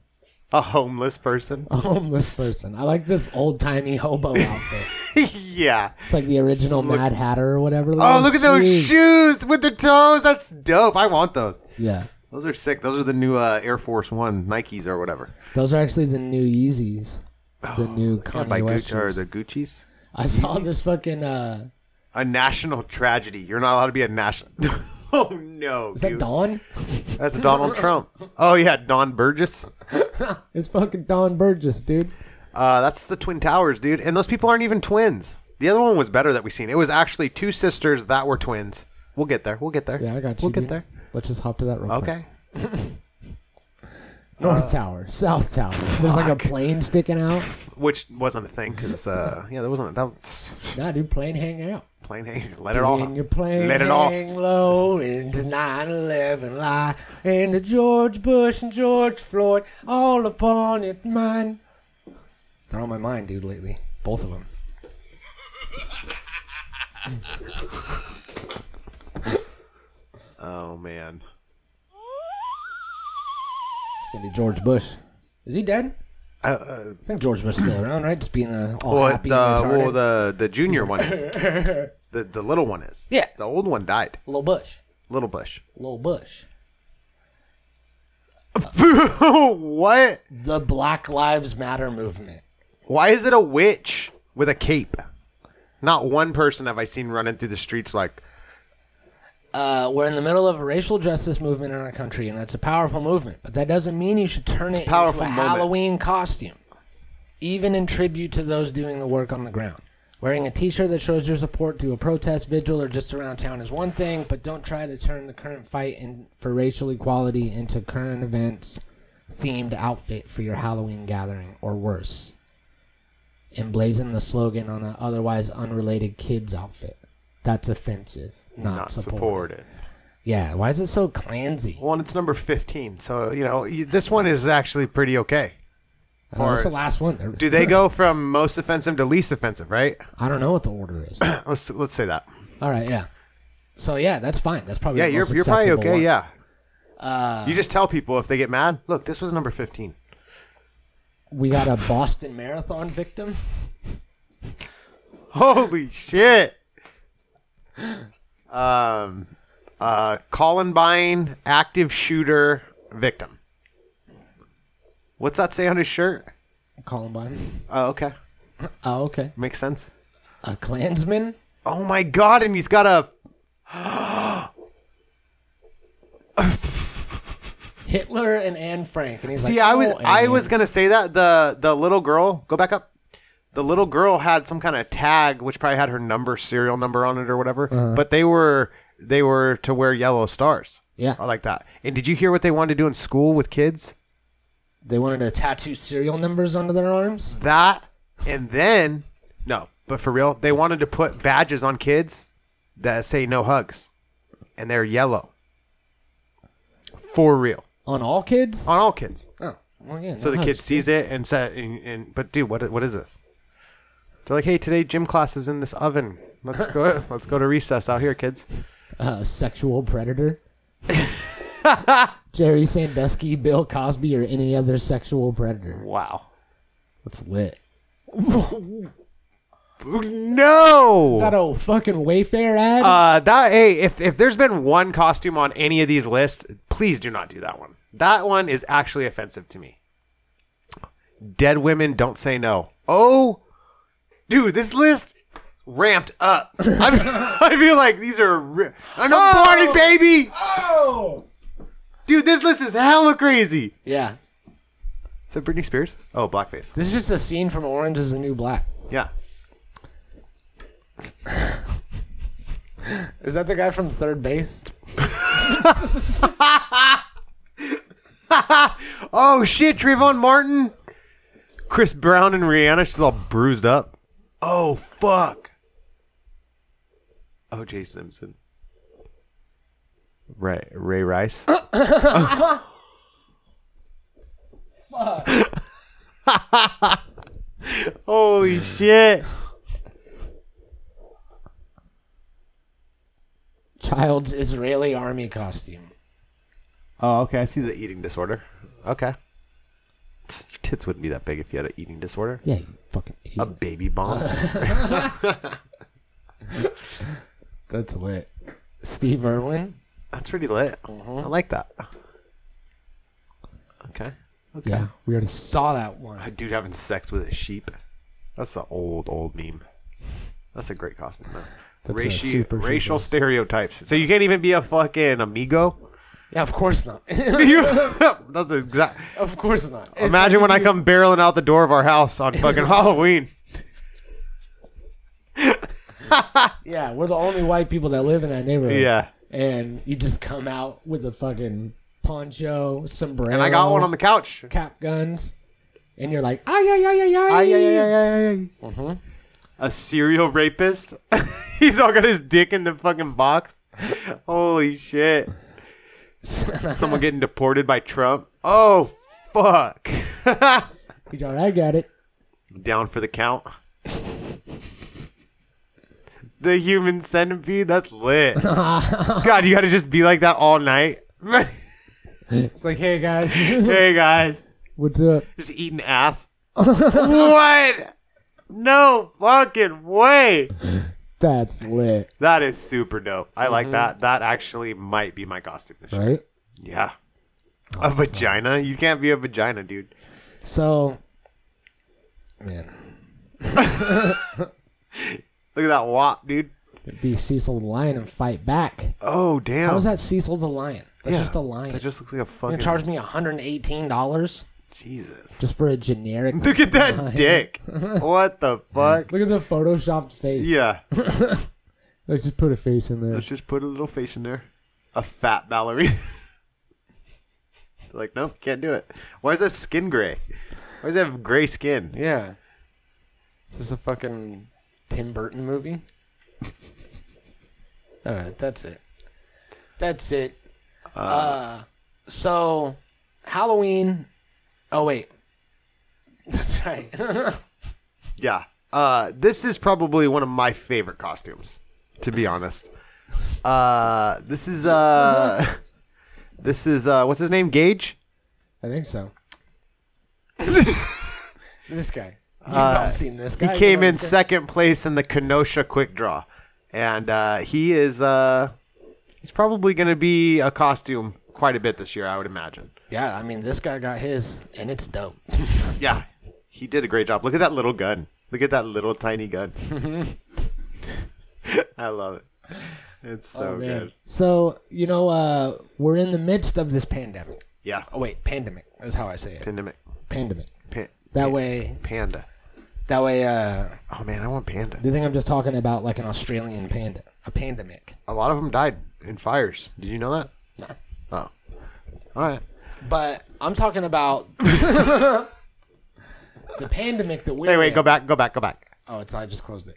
[SPEAKER 5] a homeless person.
[SPEAKER 4] homeless person. I like this old timey hobo outfit.
[SPEAKER 5] yeah.
[SPEAKER 4] It's like the original Mad Hatter or whatever.
[SPEAKER 5] Oh, look at those
[SPEAKER 4] Sweet.
[SPEAKER 5] shoes with the toes. That's dope. I want those.
[SPEAKER 4] Yeah,
[SPEAKER 5] Those are sick. Those are the new uh, Air Force One Nikes or whatever.
[SPEAKER 4] those are actually the new Yeezys.
[SPEAKER 5] Oh,
[SPEAKER 4] The Oh, new Kanye
[SPEAKER 5] By
[SPEAKER 4] West
[SPEAKER 5] Gucci or
[SPEAKER 4] shoes.
[SPEAKER 5] the Gucci's.
[SPEAKER 4] I saw this fucking. Uh,
[SPEAKER 5] A national tragedy. You're not allowed to be a national. oh no,
[SPEAKER 4] is that
[SPEAKER 5] dude.
[SPEAKER 4] Dawn?
[SPEAKER 5] That's Donald Trump. Oh yeah, Don Burgess.
[SPEAKER 4] It's fucking Don Burgess, dude.
[SPEAKER 5] Uh, that's the Twin Towers, dude. And those people aren't even twins. The other one was better that we seen. It was actually two sisters that were twins. We'll get there. We'll get there.
[SPEAKER 4] Yeah, I got you.
[SPEAKER 5] We'll get
[SPEAKER 4] dude.
[SPEAKER 5] there.
[SPEAKER 4] Let's just hop to that real quick.
[SPEAKER 5] Okay. Uh,
[SPEAKER 4] North Tower, South Tower. There's like a plane sticking out.
[SPEAKER 5] Which wasn't a thing because uh, yeah, there wasn't that was
[SPEAKER 4] Nah, dude, plane hang out.
[SPEAKER 5] plain hang. Let it all.
[SPEAKER 4] And your plane
[SPEAKER 5] Let it all.
[SPEAKER 4] hang low into 9-11 lie. And the George Bush and George Floyd all upon it mine. They're on my mind, dude, lately. Both of them.
[SPEAKER 5] Oh man. Oh,
[SPEAKER 4] It's going to be George Bush. Is he dead?
[SPEAKER 5] Uh, uh,
[SPEAKER 4] I think George Bush is still around, right? Just being a all
[SPEAKER 5] well,
[SPEAKER 4] happy
[SPEAKER 5] the
[SPEAKER 4] and retarded.
[SPEAKER 5] well, the the junior one is the the little one is.
[SPEAKER 4] Yeah.
[SPEAKER 5] the old one died.
[SPEAKER 4] Little Bush.
[SPEAKER 5] Little Bush.
[SPEAKER 4] Little Bush.
[SPEAKER 5] what?
[SPEAKER 4] The Black Lives Matter movement.
[SPEAKER 5] Why is it a witch with a cape? Not one person have I seen running through the streets like
[SPEAKER 4] Uh, we're in the middle of a racial justice movement in our country, and that's a powerful movement. But that doesn't mean you should turn it into a
[SPEAKER 5] powerful moment.
[SPEAKER 4] Halloween costume, even in tribute to those doing the work on the ground. Wearing a T-shirt that shows your support to a protest vigil or just around town is one thing, but don't try to turn the current fight in, for racial equality into current events themed outfit for your Halloween gathering, or worse, emblazon the slogan on an otherwise unrelated kid's outfit. That's offensive, not,
[SPEAKER 5] not
[SPEAKER 4] support.
[SPEAKER 5] supported.
[SPEAKER 4] Yeah, why is it so clansy?
[SPEAKER 5] Well, and it's number fifteen, so you know you, this one is actually pretty okay.
[SPEAKER 4] Oh, that's the
[SPEAKER 5] Ours.
[SPEAKER 4] last one.
[SPEAKER 5] Do they go from most offensive to least offensive? Right?
[SPEAKER 4] I don't know what the order is.
[SPEAKER 5] Uh, Let's let's say that.
[SPEAKER 4] All right, yeah. So yeah, that's fine. That's probably
[SPEAKER 5] Yeah,
[SPEAKER 4] the
[SPEAKER 5] you're
[SPEAKER 4] most
[SPEAKER 5] you're probably
[SPEAKER 4] acceptable Uh,
[SPEAKER 5] okay.
[SPEAKER 4] one.
[SPEAKER 5] Yeah. you just tell people if they get mad. Look, this was number fifteen.
[SPEAKER 4] We got a Boston Marathon victim.
[SPEAKER 5] Holy shit. Um, uh, Columbine active shooter victim. What's that say on his shirt?
[SPEAKER 4] Columbine.
[SPEAKER 5] Oh, okay.
[SPEAKER 4] Oh, okay.
[SPEAKER 5] Makes sense.
[SPEAKER 4] A Klansman.
[SPEAKER 5] Oh my god, and he's got a.
[SPEAKER 4] Hitler and Anne Frank. And he's
[SPEAKER 5] See,
[SPEAKER 4] like,
[SPEAKER 5] I was
[SPEAKER 4] "Oh,
[SPEAKER 5] I
[SPEAKER 4] Anne."
[SPEAKER 5] was gonna say that the the little girl. Go back up. The little girl had some kind of tag, which probably had her number, serial number on it, or whatever. But they were they were to wear yellow stars.
[SPEAKER 4] Yeah.
[SPEAKER 5] I like that. And did you hear what they wanted to do in school with kids?
[SPEAKER 4] They wanted to tattoo serial numbers onto their arms.
[SPEAKER 5] that and then no but for real they wanted to put badges on kids that say no hugs and they're yellow for real
[SPEAKER 4] On all kids?
[SPEAKER 5] on all kids
[SPEAKER 4] Oh. Well, yeah,
[SPEAKER 5] so the kid sees it and said and, and but dude what what is this they're like hey today gym class is in this oven let's go let's go to recess out here kids
[SPEAKER 4] A sexual predator. Jerry Sandusky, Bill Cosby, or any other sexual predator.
[SPEAKER 5] wow
[SPEAKER 4] That's lit.
[SPEAKER 5] no
[SPEAKER 4] Is that a fucking Wayfair ad?
[SPEAKER 5] Uh, that hey, if if there's been one costume on any of these lists, please do not do that one. That one is actually offensive to me. Dead women don't say no. Oh, dude, this list ramped up. I, I feel like these are ri- an party baby. Oh, dude, this list is hella crazy.
[SPEAKER 4] yeah.
[SPEAKER 5] Is that Britney Spears? Oh, blackface.
[SPEAKER 4] This is just a scene from Orange is the New Black.
[SPEAKER 5] Yeah.
[SPEAKER 4] Is that the guy from third base?
[SPEAKER 5] Oh shit, Trayvon Martin, Chris Brown, and Rihanna. She's all bruised up. Oh fuck. O.J. Simpson. Ray Ray Rice. Holy shit.
[SPEAKER 4] Child's Israeli army costume.
[SPEAKER 5] Oh, okay. I see the eating disorder. Okay. Tss, Your tits wouldn't be that big if you had an eating disorder.
[SPEAKER 4] Yeah, you fucking idiot.
[SPEAKER 5] A baby bomb.
[SPEAKER 4] That's lit. Steve Irwin.
[SPEAKER 5] That's pretty lit.
[SPEAKER 4] Mm-hmm.
[SPEAKER 5] I like that. Okay.
[SPEAKER 4] Yeah, we already saw that one.
[SPEAKER 5] A dude having sex with a sheep. That's an old, old meme. That's a great costume, though.
[SPEAKER 4] That's a
[SPEAKER 5] Raci-
[SPEAKER 4] super
[SPEAKER 5] racial stereotypes. So you can't even be a fucking amigo?
[SPEAKER 4] Yeah, of course not.
[SPEAKER 5] You- That's exact.
[SPEAKER 4] of course not.
[SPEAKER 5] Imagine when I come barreling out the door of our house on fucking Halloween.
[SPEAKER 4] Yeah, we're the only white people that live in that neighborhood.
[SPEAKER 5] Yeah.
[SPEAKER 4] And you just come out with a fucking poncho, sombrero.
[SPEAKER 5] And I got one on the couch.
[SPEAKER 4] cap guns. And you're like, ay, ay, ay, ay, ay.
[SPEAKER 5] Ay, ay, ay, ay, ay, ay. A serial rapist. He's all got his dick in the fucking box. Holy shit. Someone getting deported by Trump. Oh, fuck.
[SPEAKER 4] He's like, I got it.
[SPEAKER 5] Down for the count. the human centipede. That's lit. God, you got to just be like that all night.
[SPEAKER 4] It's like, hey, guys.
[SPEAKER 5] hey, guys.
[SPEAKER 3] What's up?
[SPEAKER 5] Just eating ass. what? No fucking way.
[SPEAKER 3] That's lit,
[SPEAKER 5] That is super dope. I like
[SPEAKER 4] Mm-hmm.
[SPEAKER 5] that. That actually might be my costume this year.
[SPEAKER 3] right?
[SPEAKER 5] Yeah.
[SPEAKER 4] Oh,
[SPEAKER 5] A vagina? You can't be a vagina, dude.
[SPEAKER 3] So
[SPEAKER 4] Man,
[SPEAKER 5] Look at that wop, dude.
[SPEAKER 3] it'd be Cecil the lion and fight back.
[SPEAKER 5] Oh damn.
[SPEAKER 4] how is that Cecil the lion? That's
[SPEAKER 5] Yeah.
[SPEAKER 4] just a lion.
[SPEAKER 5] That just looks like a
[SPEAKER 4] You're
[SPEAKER 5] fucking
[SPEAKER 4] gonna charge me 118 dollars
[SPEAKER 5] Jesus.
[SPEAKER 3] Just for a generic.
[SPEAKER 5] Look at that dick. What the fuck?
[SPEAKER 3] Look at the photoshopped face.
[SPEAKER 5] Yeah.
[SPEAKER 3] Let's just put a face in there.
[SPEAKER 5] Let's just put a little face in there. A fat ballerina. like, no, can't do it. Why is that skin gray? Why does that have gray skin?
[SPEAKER 4] Yeah. Is this a fucking Tim Burton movie? All right, that's it. That's it. Uh, so Halloween. Oh wait. That's right.
[SPEAKER 5] Yeah. Uh, this is probably one of my favorite costumes, to be honest. Uh, this is uh, this is uh, what's his name? Gage.
[SPEAKER 3] I think so.
[SPEAKER 4] this guy. You've all seen this guy.
[SPEAKER 5] He
[SPEAKER 4] you
[SPEAKER 5] came
[SPEAKER 4] know
[SPEAKER 5] in
[SPEAKER 4] this guy.
[SPEAKER 5] second place in the Kenosha Quick Draw, and uh, he is uh, he's probably going to be a costume quite a bit this year, I would imagine.
[SPEAKER 4] Yeah, I mean, this guy got his, and it's dope.
[SPEAKER 5] Yeah, he did a great job. Look at that little gun. Look at that little tiny gun. I love it. It's
[SPEAKER 4] Oh,
[SPEAKER 5] so
[SPEAKER 3] Man.
[SPEAKER 5] good.
[SPEAKER 3] So
[SPEAKER 4] You know, uh, we're in the midst of this pandemic.
[SPEAKER 5] Yeah.
[SPEAKER 4] Oh wait, pandemic is how I say it.
[SPEAKER 5] Pandemic.
[SPEAKER 4] Pandemic.
[SPEAKER 5] Pan-
[SPEAKER 4] That way,
[SPEAKER 5] panda.
[SPEAKER 4] that way. Uh,
[SPEAKER 5] Oh man, I want panda.
[SPEAKER 4] you think I'm just talking about like an Australian panda, a pandemic?
[SPEAKER 5] A lot of them died in fires. Did you know that?
[SPEAKER 4] No.
[SPEAKER 5] Oh. All right.
[SPEAKER 4] But I'm talking about the pandemic that we're.
[SPEAKER 5] Anyway,
[SPEAKER 4] in.
[SPEAKER 5] go back. Go back. Go back.
[SPEAKER 4] Oh, it's I just closed it.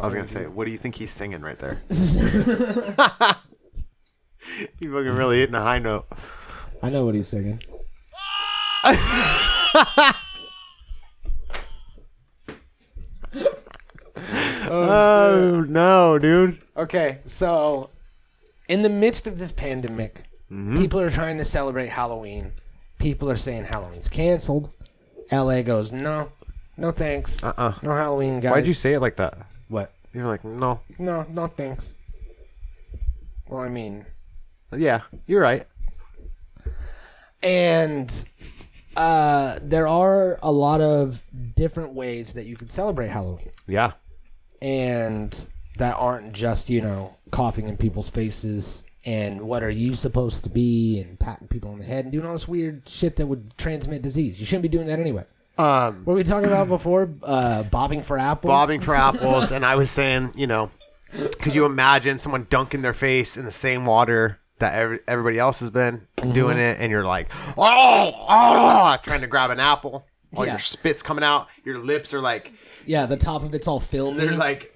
[SPEAKER 5] I was gonna say, what do you think he's singing right there? He's fucking really hitting a high note.
[SPEAKER 3] I know what he's singing.
[SPEAKER 5] Oh no, dude.
[SPEAKER 4] Okay, so in the midst of this pandemic, people are trying to celebrate Halloween. People are saying Halloween's canceled. LA goes, no, no thanks. Uh uh No Halloween, guys.
[SPEAKER 5] Uh-uh. Why'd you say it like that?
[SPEAKER 4] What?
[SPEAKER 5] You're like, no.
[SPEAKER 4] No, no thanks. Well, I mean,
[SPEAKER 5] Yeah, you're right.
[SPEAKER 4] and uh, there are a lot of different ways that you could celebrate Halloween,
[SPEAKER 5] Yeah.
[SPEAKER 4] and that aren't just you know coughing in people's faces and what are you supposed to be and patting people on the head and doing all this weird shit that would transmit disease. You shouldn't be doing that anyway.
[SPEAKER 5] Um,
[SPEAKER 4] What were we talking about before? Uh, bobbing for apples.
[SPEAKER 5] bobbing for apples, and I was saying, you know, could you imagine someone dunking their face in the same water that every, everybody else has been
[SPEAKER 4] Mm-hmm.
[SPEAKER 5] doing it, and you're like, oh, oh, trying to grab an apple, all
[SPEAKER 4] Yeah.
[SPEAKER 5] your spits coming out, your lips are like,
[SPEAKER 4] Yeah, the top of it's all filmy.
[SPEAKER 5] they're like,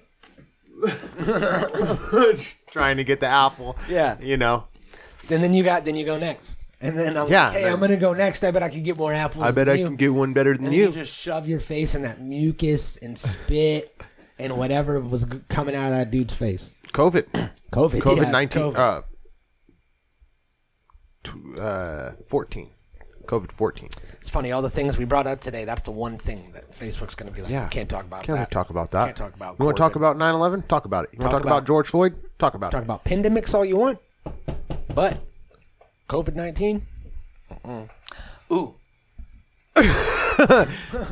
[SPEAKER 5] trying to get the apple.
[SPEAKER 4] Mm-hmm. Yeah.
[SPEAKER 5] you know,
[SPEAKER 4] and then you got then you go next. And then I'm
[SPEAKER 5] Yeah,
[SPEAKER 4] like, hey,
[SPEAKER 5] then-
[SPEAKER 4] I'm gonna go next. I bet I can get more apples. than you."
[SPEAKER 5] get one better than
[SPEAKER 4] And you just shove your face in that mucus and spit and whatever was g- coming out of that dude's face.
[SPEAKER 5] COVID,
[SPEAKER 4] COVID.
[SPEAKER 5] COVID nineteen,
[SPEAKER 4] yeah, it's COVID.
[SPEAKER 5] uh, tw- uh, fourteen, COVID fourteen.
[SPEAKER 4] It's funny, all the things we brought up today, that's the one thing that Facebook's going to be like,
[SPEAKER 5] Yeah.
[SPEAKER 4] can't talk about
[SPEAKER 5] Can't
[SPEAKER 4] that.
[SPEAKER 5] talk about that.
[SPEAKER 4] Uh, Can't talk about
[SPEAKER 5] You want to talk
[SPEAKER 4] Corbyn.
[SPEAKER 5] about 9/11? Talk about it. You
[SPEAKER 4] Talk
[SPEAKER 5] want to talk about,
[SPEAKER 4] about-
[SPEAKER 5] George Floyd? Talk about
[SPEAKER 4] Talk
[SPEAKER 5] it.
[SPEAKER 4] about pandemics all you want, but COVID 19? Ooh.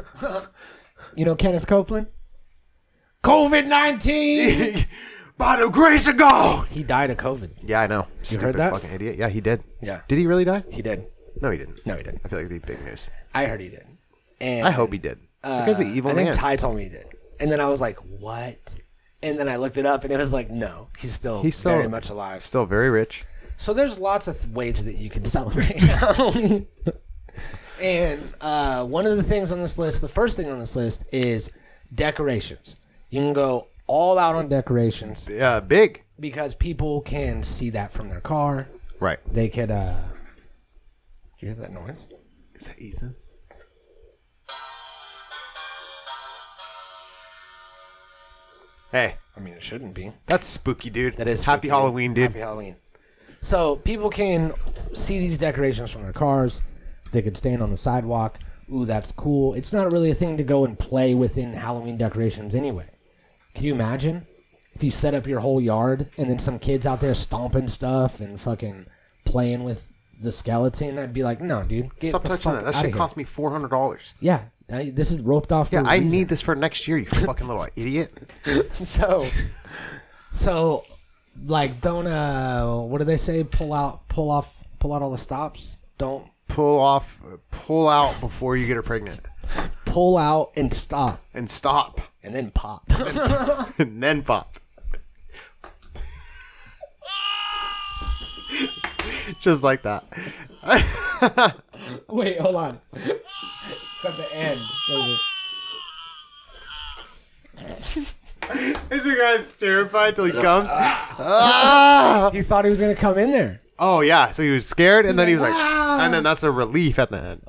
[SPEAKER 4] you know Kenneth Copeland? COVID 19!
[SPEAKER 5] By the grace of God.
[SPEAKER 4] he died of COVID.
[SPEAKER 5] Yeah, I know. You
[SPEAKER 4] heard that?
[SPEAKER 5] Fucking idiot. Yeah, he did.
[SPEAKER 4] Yeah.
[SPEAKER 5] Did he really die?
[SPEAKER 4] He did.
[SPEAKER 5] No, he didn't.
[SPEAKER 4] No, he didn't.
[SPEAKER 5] I feel like it'd be big news.
[SPEAKER 4] I heard he did. And
[SPEAKER 5] I hope he did. Uh, because an evil
[SPEAKER 4] I think
[SPEAKER 5] man.
[SPEAKER 4] Ty told me he did. And then I was like, what? And then I looked it up and it was like, no, he's still,
[SPEAKER 5] He's still-
[SPEAKER 4] very much alive.
[SPEAKER 5] Still very rich.
[SPEAKER 4] So there's lots of th- ways that you can celebrate Halloween. and uh, one of the things on this list, the first thing on this list is decorations. You can go all out on decorations
[SPEAKER 5] Uh, big.
[SPEAKER 4] because people can see that from their car.
[SPEAKER 5] Right.
[SPEAKER 4] They could, uh, did you hear that noise?
[SPEAKER 5] Is that Ethan? Hey,
[SPEAKER 4] I mean, it shouldn't be.
[SPEAKER 5] that's spooky, dude.
[SPEAKER 4] That is spooky.
[SPEAKER 5] happy Halloween, dude.
[SPEAKER 4] Happy Halloween. So people can see these decorations from their cars. They could stand on the sidewalk. Ooh, that's cool. It's not really a thing to go and play within Halloween decorations anyway. Can you imagine if you set up your whole yard and then some kids out there stomping stuff and fucking playing with the skeleton? I'd be like, no, dude, get
[SPEAKER 5] Stop
[SPEAKER 4] the
[SPEAKER 5] touching that.
[SPEAKER 4] fuck
[SPEAKER 5] That
[SPEAKER 4] outta
[SPEAKER 5] shit
[SPEAKER 4] here.
[SPEAKER 5] cost me four hundred dollars.
[SPEAKER 4] Yeah, I, this is roped off.
[SPEAKER 5] Yeah,
[SPEAKER 4] for a
[SPEAKER 5] I
[SPEAKER 4] reason.
[SPEAKER 5] need this for next year. You fucking little idiot.
[SPEAKER 4] so so like don't uh what do they say pull out pull off pull out all the stops don't
[SPEAKER 5] Pull off, pull out before you get her pregnant,
[SPEAKER 4] pull out and stop
[SPEAKER 5] and stop,
[SPEAKER 4] and then pop
[SPEAKER 5] and then pop. Just like that.
[SPEAKER 4] wait hold on it's at the end Wait, wait.
[SPEAKER 5] Is the guy's terrified till he comes?
[SPEAKER 4] he thought he was gonna come in there
[SPEAKER 5] Oh yeah, so he was scared, and then he was like, and then that's a relief at the end.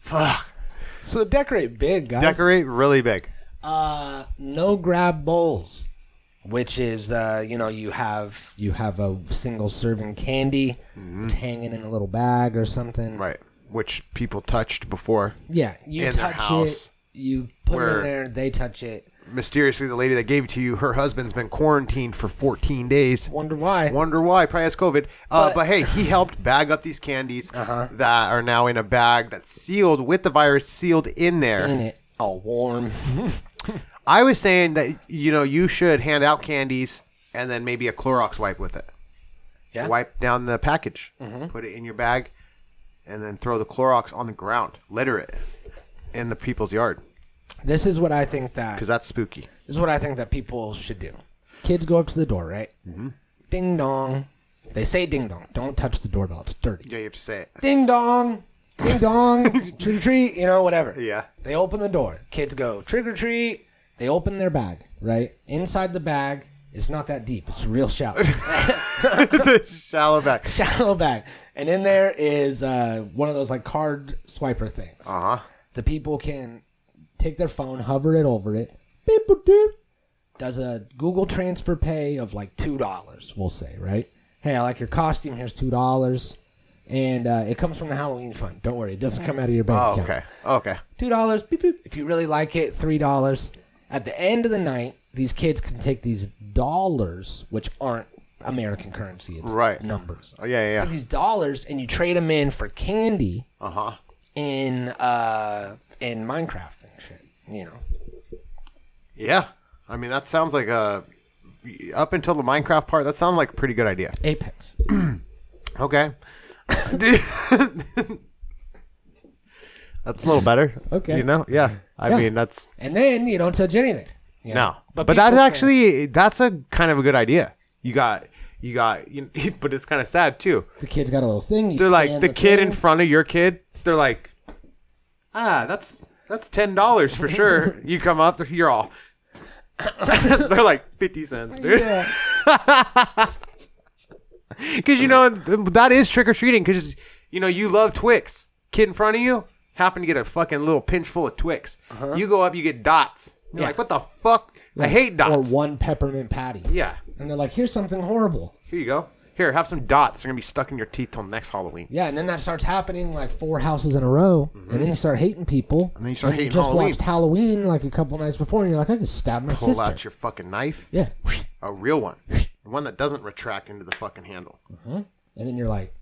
[SPEAKER 5] Fuck.
[SPEAKER 4] so decorate big guys
[SPEAKER 5] Decorate really big.
[SPEAKER 4] uh no grab bowls which is uh you know you have you have a single serving candy it's hanging in a little bag or something
[SPEAKER 5] Mm-hmm. Right. Which people touched before.
[SPEAKER 4] Yeah, you
[SPEAKER 5] in their
[SPEAKER 4] touch
[SPEAKER 5] house.
[SPEAKER 4] it. You put it
[SPEAKER 5] Where-
[SPEAKER 4] in there. They touch it.
[SPEAKER 5] Mysteriously, the lady that gave it to you, her husband's been quarantined for 14 days.
[SPEAKER 4] Wonder why?
[SPEAKER 5] Wonder why? Probably has COVID. Uh, but,
[SPEAKER 4] But- Uh-huh.
[SPEAKER 5] hey, he helped bag up these candies that are now in a bag that's sealed with the virus sealed in there.
[SPEAKER 4] in it, all warm.
[SPEAKER 5] I was saying that you know you should hand out candies and then maybe a Clorox wipe with it.
[SPEAKER 4] Yeah. Mm-hmm.
[SPEAKER 5] Wipe down the package. Put it in your bag, and then throw the Clorox on the ground. Litter it in the people's yard
[SPEAKER 4] this is what I think that.
[SPEAKER 5] because that's spooky.
[SPEAKER 4] This is what I think that people should do. Kids go up to the door, right? Mm-hmm. Ding dong. They say ding dong. Don't touch the doorbell. It's dirty.
[SPEAKER 5] Yeah, you have to say it.
[SPEAKER 4] Ding dong. Ding dong. trick or treat. You know, whatever.
[SPEAKER 5] Yeah.
[SPEAKER 4] They open the door. Kids go trick or treat. They open their bag, right? Inside the bag, it's not that deep. It's real shallow.
[SPEAKER 5] it's a shallow back.
[SPEAKER 4] shallow bag. And in there is uh, one of those like card swiper things.
[SPEAKER 5] Uh huh.
[SPEAKER 4] The people can take their phone, hover it over it, beep, boop, doop, does a Google transfer pay of like two dollars, we'll say, right? Hey, I like your costume. Here's two dollars, and uh, it comes from the Halloween fund. Don't worry, it doesn't come out of your bank
[SPEAKER 5] Oh,
[SPEAKER 4] account.
[SPEAKER 5] okay. Okay.
[SPEAKER 4] Two dollars, beep beep. If you really like it, three dollars. At the end of the night, these kids can take these dollars, which aren't American currency, it's
[SPEAKER 5] Right.
[SPEAKER 4] numbers
[SPEAKER 5] Oh yeah, yeah,
[SPEAKER 4] take
[SPEAKER 5] yeah.
[SPEAKER 4] these dollars and you trade them in for candy
[SPEAKER 5] Uh huh.
[SPEAKER 4] in uh in Minecraft and shit. You know,
[SPEAKER 5] Yeah. I mean, that sounds like a up until the Minecraft part. That sounded like a pretty good idea.
[SPEAKER 4] Apex.
[SPEAKER 5] Okay. that's a little better.
[SPEAKER 3] Okay.
[SPEAKER 5] You know? Yeah. I mean, that's
[SPEAKER 4] And then you don't touch anything. You
[SPEAKER 5] no.
[SPEAKER 4] know?
[SPEAKER 5] But,
[SPEAKER 4] people
[SPEAKER 5] that's
[SPEAKER 4] can-
[SPEAKER 5] actually that's a kind of a good idea. You got you got you but it's kind of sad too.
[SPEAKER 3] The kid's got a little thing. You
[SPEAKER 5] They're like
[SPEAKER 3] scan
[SPEAKER 5] the kid
[SPEAKER 3] thing.
[SPEAKER 5] in front of your kid. They're like ah, that's that's $10 for sure. you come up, you're all They're like 50 cents, dude.
[SPEAKER 4] Yeah.
[SPEAKER 5] Because you know th- that is trick or treating. Because you know you love Twix. Kid in front of you happen to get a fucking little pinch full of Twix. You go up, you get dots. You're like, what the fuck? I hate
[SPEAKER 3] or
[SPEAKER 5] dots.
[SPEAKER 3] one peppermint patty.
[SPEAKER 5] yeah,
[SPEAKER 4] And they're like, here's something horrible.
[SPEAKER 5] here you go. Here, have some dots. They're gonna be stuck in your teeth till next Halloween.
[SPEAKER 4] Yeah, and then that starts happening like four houses in a row, and then you start hating people. And
[SPEAKER 5] then you start hating
[SPEAKER 4] just
[SPEAKER 5] Halloween.
[SPEAKER 4] watched Halloween like a couple nights before, and you're like, I could stab my
[SPEAKER 5] Pull
[SPEAKER 4] sister.
[SPEAKER 5] out your fucking knife.
[SPEAKER 4] yeah,
[SPEAKER 5] A real one, one that doesn't retract into the fucking handle.
[SPEAKER 4] and then you're like,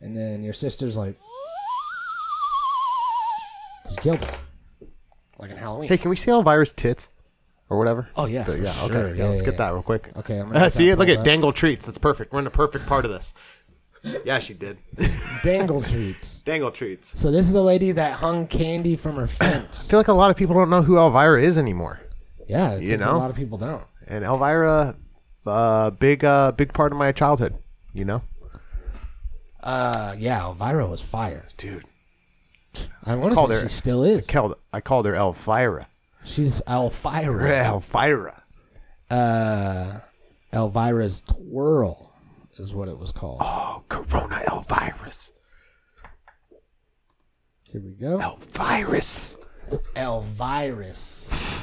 [SPEAKER 3] And then your sister's like, "'Cause you killed her.
[SPEAKER 4] like in Halloween.
[SPEAKER 5] Hey, can we see Elvira's tits or whatever?
[SPEAKER 4] Oh yeah, for
[SPEAKER 5] yeah.
[SPEAKER 4] sure.
[SPEAKER 5] Okay. Yeah,
[SPEAKER 4] Yeah,
[SPEAKER 5] let's
[SPEAKER 4] yeah,
[SPEAKER 5] get that real quick.
[SPEAKER 4] Okay, I'm gonna
[SPEAKER 5] Uh,
[SPEAKER 4] get
[SPEAKER 5] see
[SPEAKER 4] that
[SPEAKER 5] it? Look
[SPEAKER 4] pulled
[SPEAKER 5] at
[SPEAKER 4] up.
[SPEAKER 5] dangle treats. That's perfect. We're in the perfect part of this. Yeah, she did.
[SPEAKER 4] Dangle treats.
[SPEAKER 5] dangle treats.
[SPEAKER 4] So this is the lady that hung candy from her fence.
[SPEAKER 5] I feel like a lot of people don't know who Elvira is anymore.
[SPEAKER 4] Yeah, I think
[SPEAKER 5] know?
[SPEAKER 4] a lot of people don't.
[SPEAKER 5] And Elvira, uh, big, uh, big part of my childhood. You know,
[SPEAKER 4] Uh, yeah, Elvira was fire.
[SPEAKER 5] dude.
[SPEAKER 4] I want
[SPEAKER 5] Called
[SPEAKER 4] to say
[SPEAKER 5] her-
[SPEAKER 4] she still is.
[SPEAKER 5] Called, I called her Elvira.
[SPEAKER 4] She's Elvira.
[SPEAKER 5] Elvira.
[SPEAKER 4] Uh, Elvira's twirl is what it was called.
[SPEAKER 5] Oh, Corona Elvirus.
[SPEAKER 3] Here we go.
[SPEAKER 5] Elvirus.
[SPEAKER 4] Elvirus.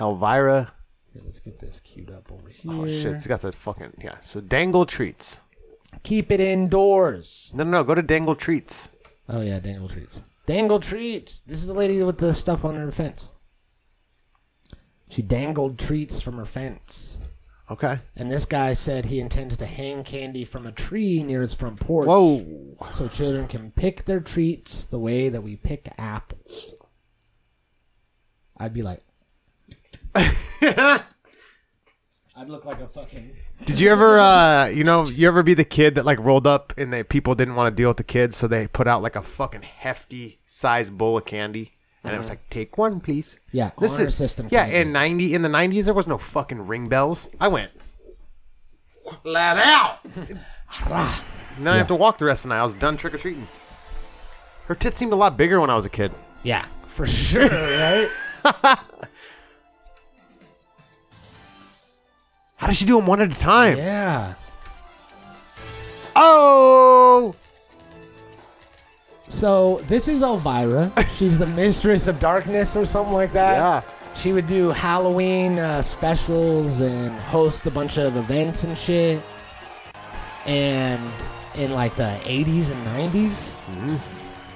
[SPEAKER 5] Elvira.
[SPEAKER 4] Here, let's get this queued up over here.
[SPEAKER 5] Oh shit, it's got that fucking yeah. So dangle treats.
[SPEAKER 4] Keep it indoors.
[SPEAKER 5] No, no, no. Go to Dangle Treats.
[SPEAKER 4] Oh yeah, dangle treats. Dangle treats. This is the lady with the stuff on her fence. She dangled treats from her fence.
[SPEAKER 5] Okay.
[SPEAKER 4] And this guy said he intends to hang candy from a tree near his front porch.
[SPEAKER 5] Whoa.
[SPEAKER 4] So children can pick their treats the way that we pick apples.
[SPEAKER 3] I'd be like, I'd look like a fucking.
[SPEAKER 5] Did you ever, uh, you know, you ever be the kid that like rolled up and the people didn't want to deal with the kids, so they put out like a fucking hefty size bowl of candy, and it was like, take one, please.
[SPEAKER 3] Uh-huh. Yeah, honor system
[SPEAKER 5] Yeah,
[SPEAKER 3] candy.
[SPEAKER 5] in ninety in the nineties, there was no fucking ring bells. I went let out. and then I have to walk the rest of the night. I was done trick or treating. Her tits seemed a lot bigger when I was a kid.
[SPEAKER 4] Yeah, for sure, right?
[SPEAKER 5] How does she do them one at a time?
[SPEAKER 4] Yeah.
[SPEAKER 5] Oh,
[SPEAKER 4] So this is Elvira. She's the mistress of darkness or something like that.
[SPEAKER 5] Yeah.
[SPEAKER 4] She would do Halloween uh, specials and host a bunch of events and shit. And in like the 80s and 90s.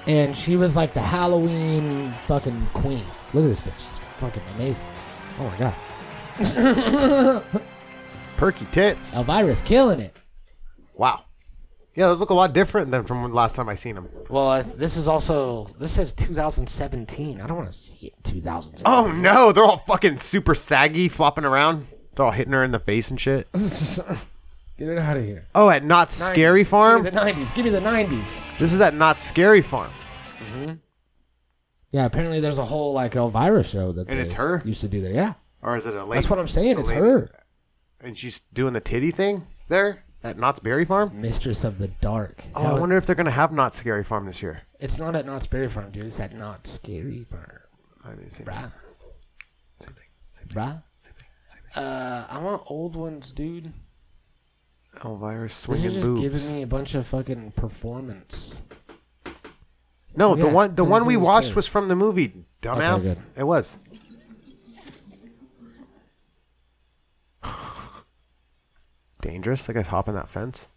[SPEAKER 4] And she was like the Halloween fucking queen.
[SPEAKER 3] Look at this bitch. She's
[SPEAKER 4] Fucking amazing.
[SPEAKER 3] Oh my god.
[SPEAKER 5] perky tits.
[SPEAKER 4] Elvira's killing it.
[SPEAKER 5] Wow. Yeah, those look a lot different than from last time I seen them.
[SPEAKER 4] Well, I- this is also this says 2017. I don't want to see it 2017.
[SPEAKER 5] Oh no, they're all fucking super saggy, flopping around. They're all hitting her in the face and shit.
[SPEAKER 3] Get it out of here.
[SPEAKER 5] Oh, at Not Scary Farm.
[SPEAKER 4] Give me the 90s. Give me the 90s.
[SPEAKER 5] This is at Not Scary Farm.
[SPEAKER 4] Yeah, apparently there's a whole like Elvira show that
[SPEAKER 5] And
[SPEAKER 4] they
[SPEAKER 5] it's her?
[SPEAKER 4] used to do that. Yeah,
[SPEAKER 5] Or is it a lady?
[SPEAKER 4] that's what I'm saying.
[SPEAKER 5] a
[SPEAKER 4] It's
[SPEAKER 5] lady.
[SPEAKER 4] her,
[SPEAKER 5] And she's doing the titty thing there at Knott's Berry Farm.
[SPEAKER 4] Mistress of the Dark.
[SPEAKER 5] Oh,
[SPEAKER 4] Hell,
[SPEAKER 5] I wonder if they're gonna have Knott's Scary Farm this year.
[SPEAKER 4] it's not at Knott's Berry Farm, dude. It's at Knott's Scary Farm.
[SPEAKER 5] I mean, same,
[SPEAKER 4] Bruh,
[SPEAKER 5] same thing. Same thing.
[SPEAKER 4] bruh.
[SPEAKER 5] Same thing. Same thing.
[SPEAKER 4] Uh, I want old ones, dude.
[SPEAKER 5] Elvira's
[SPEAKER 4] They're
[SPEAKER 5] Oh, swinging
[SPEAKER 4] just
[SPEAKER 5] boobs.
[SPEAKER 4] giving me a bunch of fucking performance.
[SPEAKER 5] no, the
[SPEAKER 4] Yeah,
[SPEAKER 5] one the
[SPEAKER 4] it
[SPEAKER 5] one we
[SPEAKER 4] was
[SPEAKER 5] watched
[SPEAKER 4] good.
[SPEAKER 5] was from the movie. Dumbass.
[SPEAKER 3] good.
[SPEAKER 5] it was. Dangerous. That guy's hopping that fence.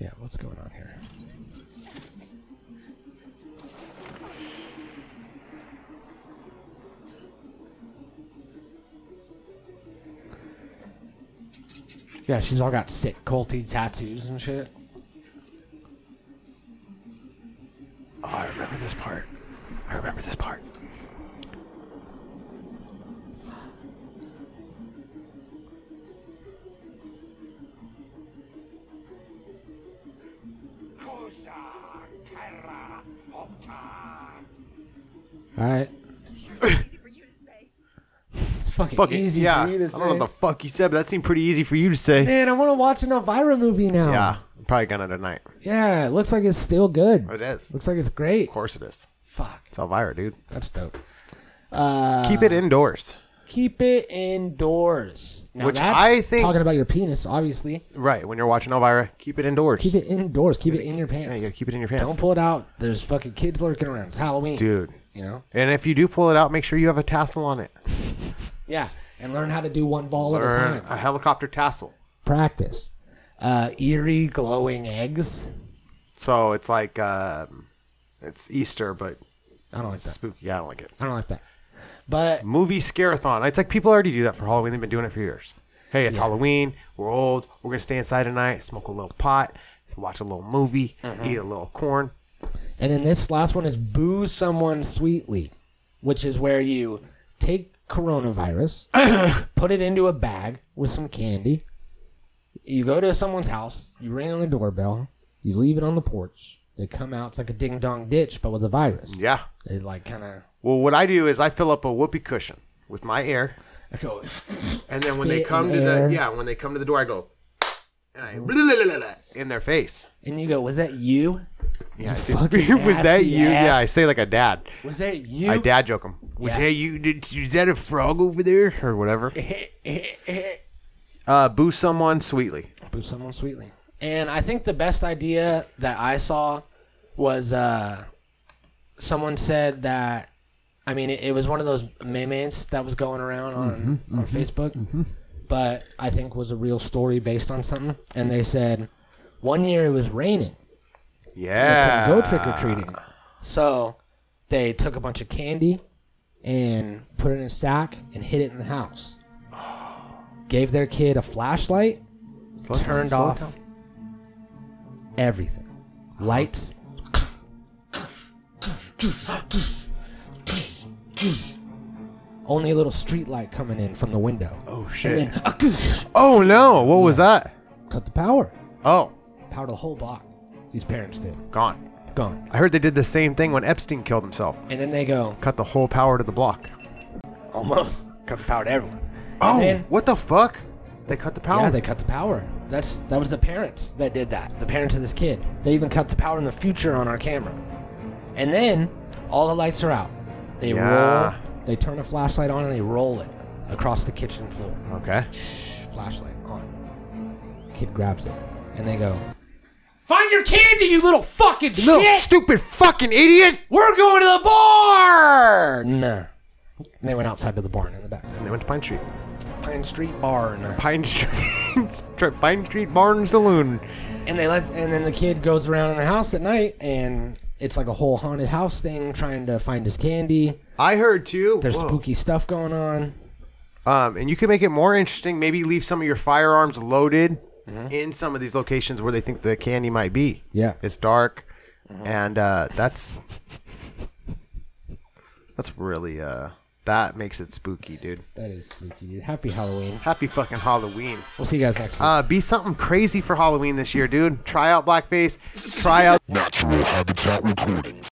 [SPEAKER 4] Yeah, what's going on here? Yeah, she's all got sick culty tattoos and shit.
[SPEAKER 5] Oh, I remember this part. I remember this part.
[SPEAKER 4] All right. it's fucking,
[SPEAKER 5] Fuck it.
[SPEAKER 4] easy.
[SPEAKER 5] yeah.
[SPEAKER 4] For you to
[SPEAKER 5] I don't know what the
[SPEAKER 4] say.
[SPEAKER 5] fuck you said, but that seemed pretty easy for you to say.
[SPEAKER 4] Man, I want to watch an Elvira movie now.
[SPEAKER 5] Yeah. I'm probably gonna tonight.
[SPEAKER 4] Yeah, it looks like it's still good.
[SPEAKER 5] It is. Of
[SPEAKER 4] Looks like it's great.
[SPEAKER 5] course it is.
[SPEAKER 4] Fuck.
[SPEAKER 5] It's Elvira, dude.
[SPEAKER 4] That's dope. Uh,
[SPEAKER 5] Keep it indoors.
[SPEAKER 4] Keep it indoors. Now
[SPEAKER 5] Which
[SPEAKER 4] that's
[SPEAKER 5] I think
[SPEAKER 3] Talking about your penis, obviously.
[SPEAKER 5] right, when you're watching Elvira, keep it indoors.
[SPEAKER 3] Keep it indoors. Keep it in your
[SPEAKER 5] yeah, you
[SPEAKER 3] pants.
[SPEAKER 5] gotta keep it in your pants.
[SPEAKER 4] Don't pull it out. There's fucking kids lurking around. It's Halloween.
[SPEAKER 5] dude.
[SPEAKER 4] You know?
[SPEAKER 5] And if you do pull it out, make sure you have a tassel on it.
[SPEAKER 4] Yeah. And learn how to do one ball at a
[SPEAKER 5] Or
[SPEAKER 4] time.
[SPEAKER 5] a helicopter tassel.
[SPEAKER 4] Practice. Uh, eerie glowing eggs.
[SPEAKER 5] So it's like um, it's Easter, but
[SPEAKER 4] I don't like that.
[SPEAKER 5] spooky. Yeah, I don't like it.
[SPEAKER 4] I don't like that. But
[SPEAKER 5] Movie scareathon. It's like people already do that for Halloween. They've been doing it for years. Hey, it's Halloween. We're old. We're gonna stay inside tonight. Smoke a little pot. Watch a little movie.
[SPEAKER 4] Mm-hmm.
[SPEAKER 5] Eat a little corn.
[SPEAKER 4] and then this last one is boo someone sweetly, which is where you take coronavirus, put it into a bag with some candy. You go to someone's house, you ring on the doorbell,
[SPEAKER 3] You leave it on the porch.
[SPEAKER 4] they come out, it's like a ding dong ditch, but with a virus.
[SPEAKER 5] Yeah.
[SPEAKER 4] They like kind of
[SPEAKER 5] Well, what I do is I fill up a whoopee cushion with my air,
[SPEAKER 4] I go,
[SPEAKER 5] and then when they
[SPEAKER 4] Spit
[SPEAKER 5] come
[SPEAKER 4] in
[SPEAKER 5] to
[SPEAKER 4] air.
[SPEAKER 5] the yeah, when they come to the door, I go and I blah, blah, blah, blah, in their face.
[SPEAKER 4] and you go, was that you?
[SPEAKER 5] Yeah, it's-
[SPEAKER 4] fucking
[SPEAKER 5] was that
[SPEAKER 4] nasty
[SPEAKER 5] you?
[SPEAKER 4] ass.
[SPEAKER 5] Yeah, I say like a dad.
[SPEAKER 4] Was that you?
[SPEAKER 5] I dad joke him. Was
[SPEAKER 4] Yeah.
[SPEAKER 5] that you? Did, is that a frog over there or whatever? uh, boo someone sweetly.
[SPEAKER 4] Boo someone sweetly. And I think the best idea that I saw was uh, someone said that. I mean, it, it was one of those memes that was going around on, on Facebook. but
[SPEAKER 3] I think was a real story based on something. And they said one year it was raining.
[SPEAKER 5] Yeah.
[SPEAKER 3] Go trick or treating.
[SPEAKER 4] so
[SPEAKER 3] They took a bunch of candy and put it in a sack and hid it in the house. Gave their kid a flashlight,
[SPEAKER 5] Slow down,
[SPEAKER 3] turned
[SPEAKER 5] slow
[SPEAKER 3] off
[SPEAKER 5] down.
[SPEAKER 3] everything. Lights. Only a little street light coming in from the window.
[SPEAKER 5] Oh
[SPEAKER 3] And
[SPEAKER 5] shit.
[SPEAKER 3] then uh,
[SPEAKER 5] Oh no! What was that?
[SPEAKER 3] cut the power.
[SPEAKER 5] Oh,
[SPEAKER 3] Power to the whole block. These parents did.
[SPEAKER 5] gone.
[SPEAKER 3] Gone.
[SPEAKER 5] I heard they did the same thing when Epstein killed himself.
[SPEAKER 3] And then they go,
[SPEAKER 5] Cut the whole power to the block.
[SPEAKER 4] almost cut the power to everyone.
[SPEAKER 5] Oh,
[SPEAKER 3] then-
[SPEAKER 5] what the fuck? They cut the power.
[SPEAKER 3] Yeah, they cut the power.
[SPEAKER 4] That's that was the parents that did that. The parents of this kid. They even cut the power in the future on our camera. And then all the lights are out. They
[SPEAKER 5] Yeah.
[SPEAKER 4] roll. They turn a flashlight on and they roll it across the kitchen floor.
[SPEAKER 5] okay.
[SPEAKER 4] Flashlight on. Kid grabs it and they go, "Find your candy, you little fucking
[SPEAKER 5] Little
[SPEAKER 4] shit!
[SPEAKER 5] stupid fucking idiot!
[SPEAKER 4] We're going to the barn." And they went outside to the barn in the back.
[SPEAKER 5] And they went to Pine Street.
[SPEAKER 4] Pine Street Barn.
[SPEAKER 5] Pine Street. Pine Street Barn Saloon.
[SPEAKER 4] And they let, and then the kid goes around in the house at night, and it's like a whole haunted house thing, trying to find his candy.
[SPEAKER 5] I heard too.
[SPEAKER 4] There's
[SPEAKER 5] Whoa.
[SPEAKER 4] spooky stuff going on.
[SPEAKER 5] Um, and you can make it more interesting. Maybe leave some of your firearms loaded in some of these locations where they think the candy might be.
[SPEAKER 3] Yeah.
[SPEAKER 5] it's dark, and uh, that's that's really uh, that makes it spooky, dude.
[SPEAKER 3] That is spooky, dude. Happy Halloween.
[SPEAKER 5] Happy fucking Halloween.
[SPEAKER 3] We'll see you guys next week.
[SPEAKER 5] Uh, be something crazy for Halloween this year, dude. Try out blackface. Try out.
[SPEAKER 2] Natural Habitat Recordings.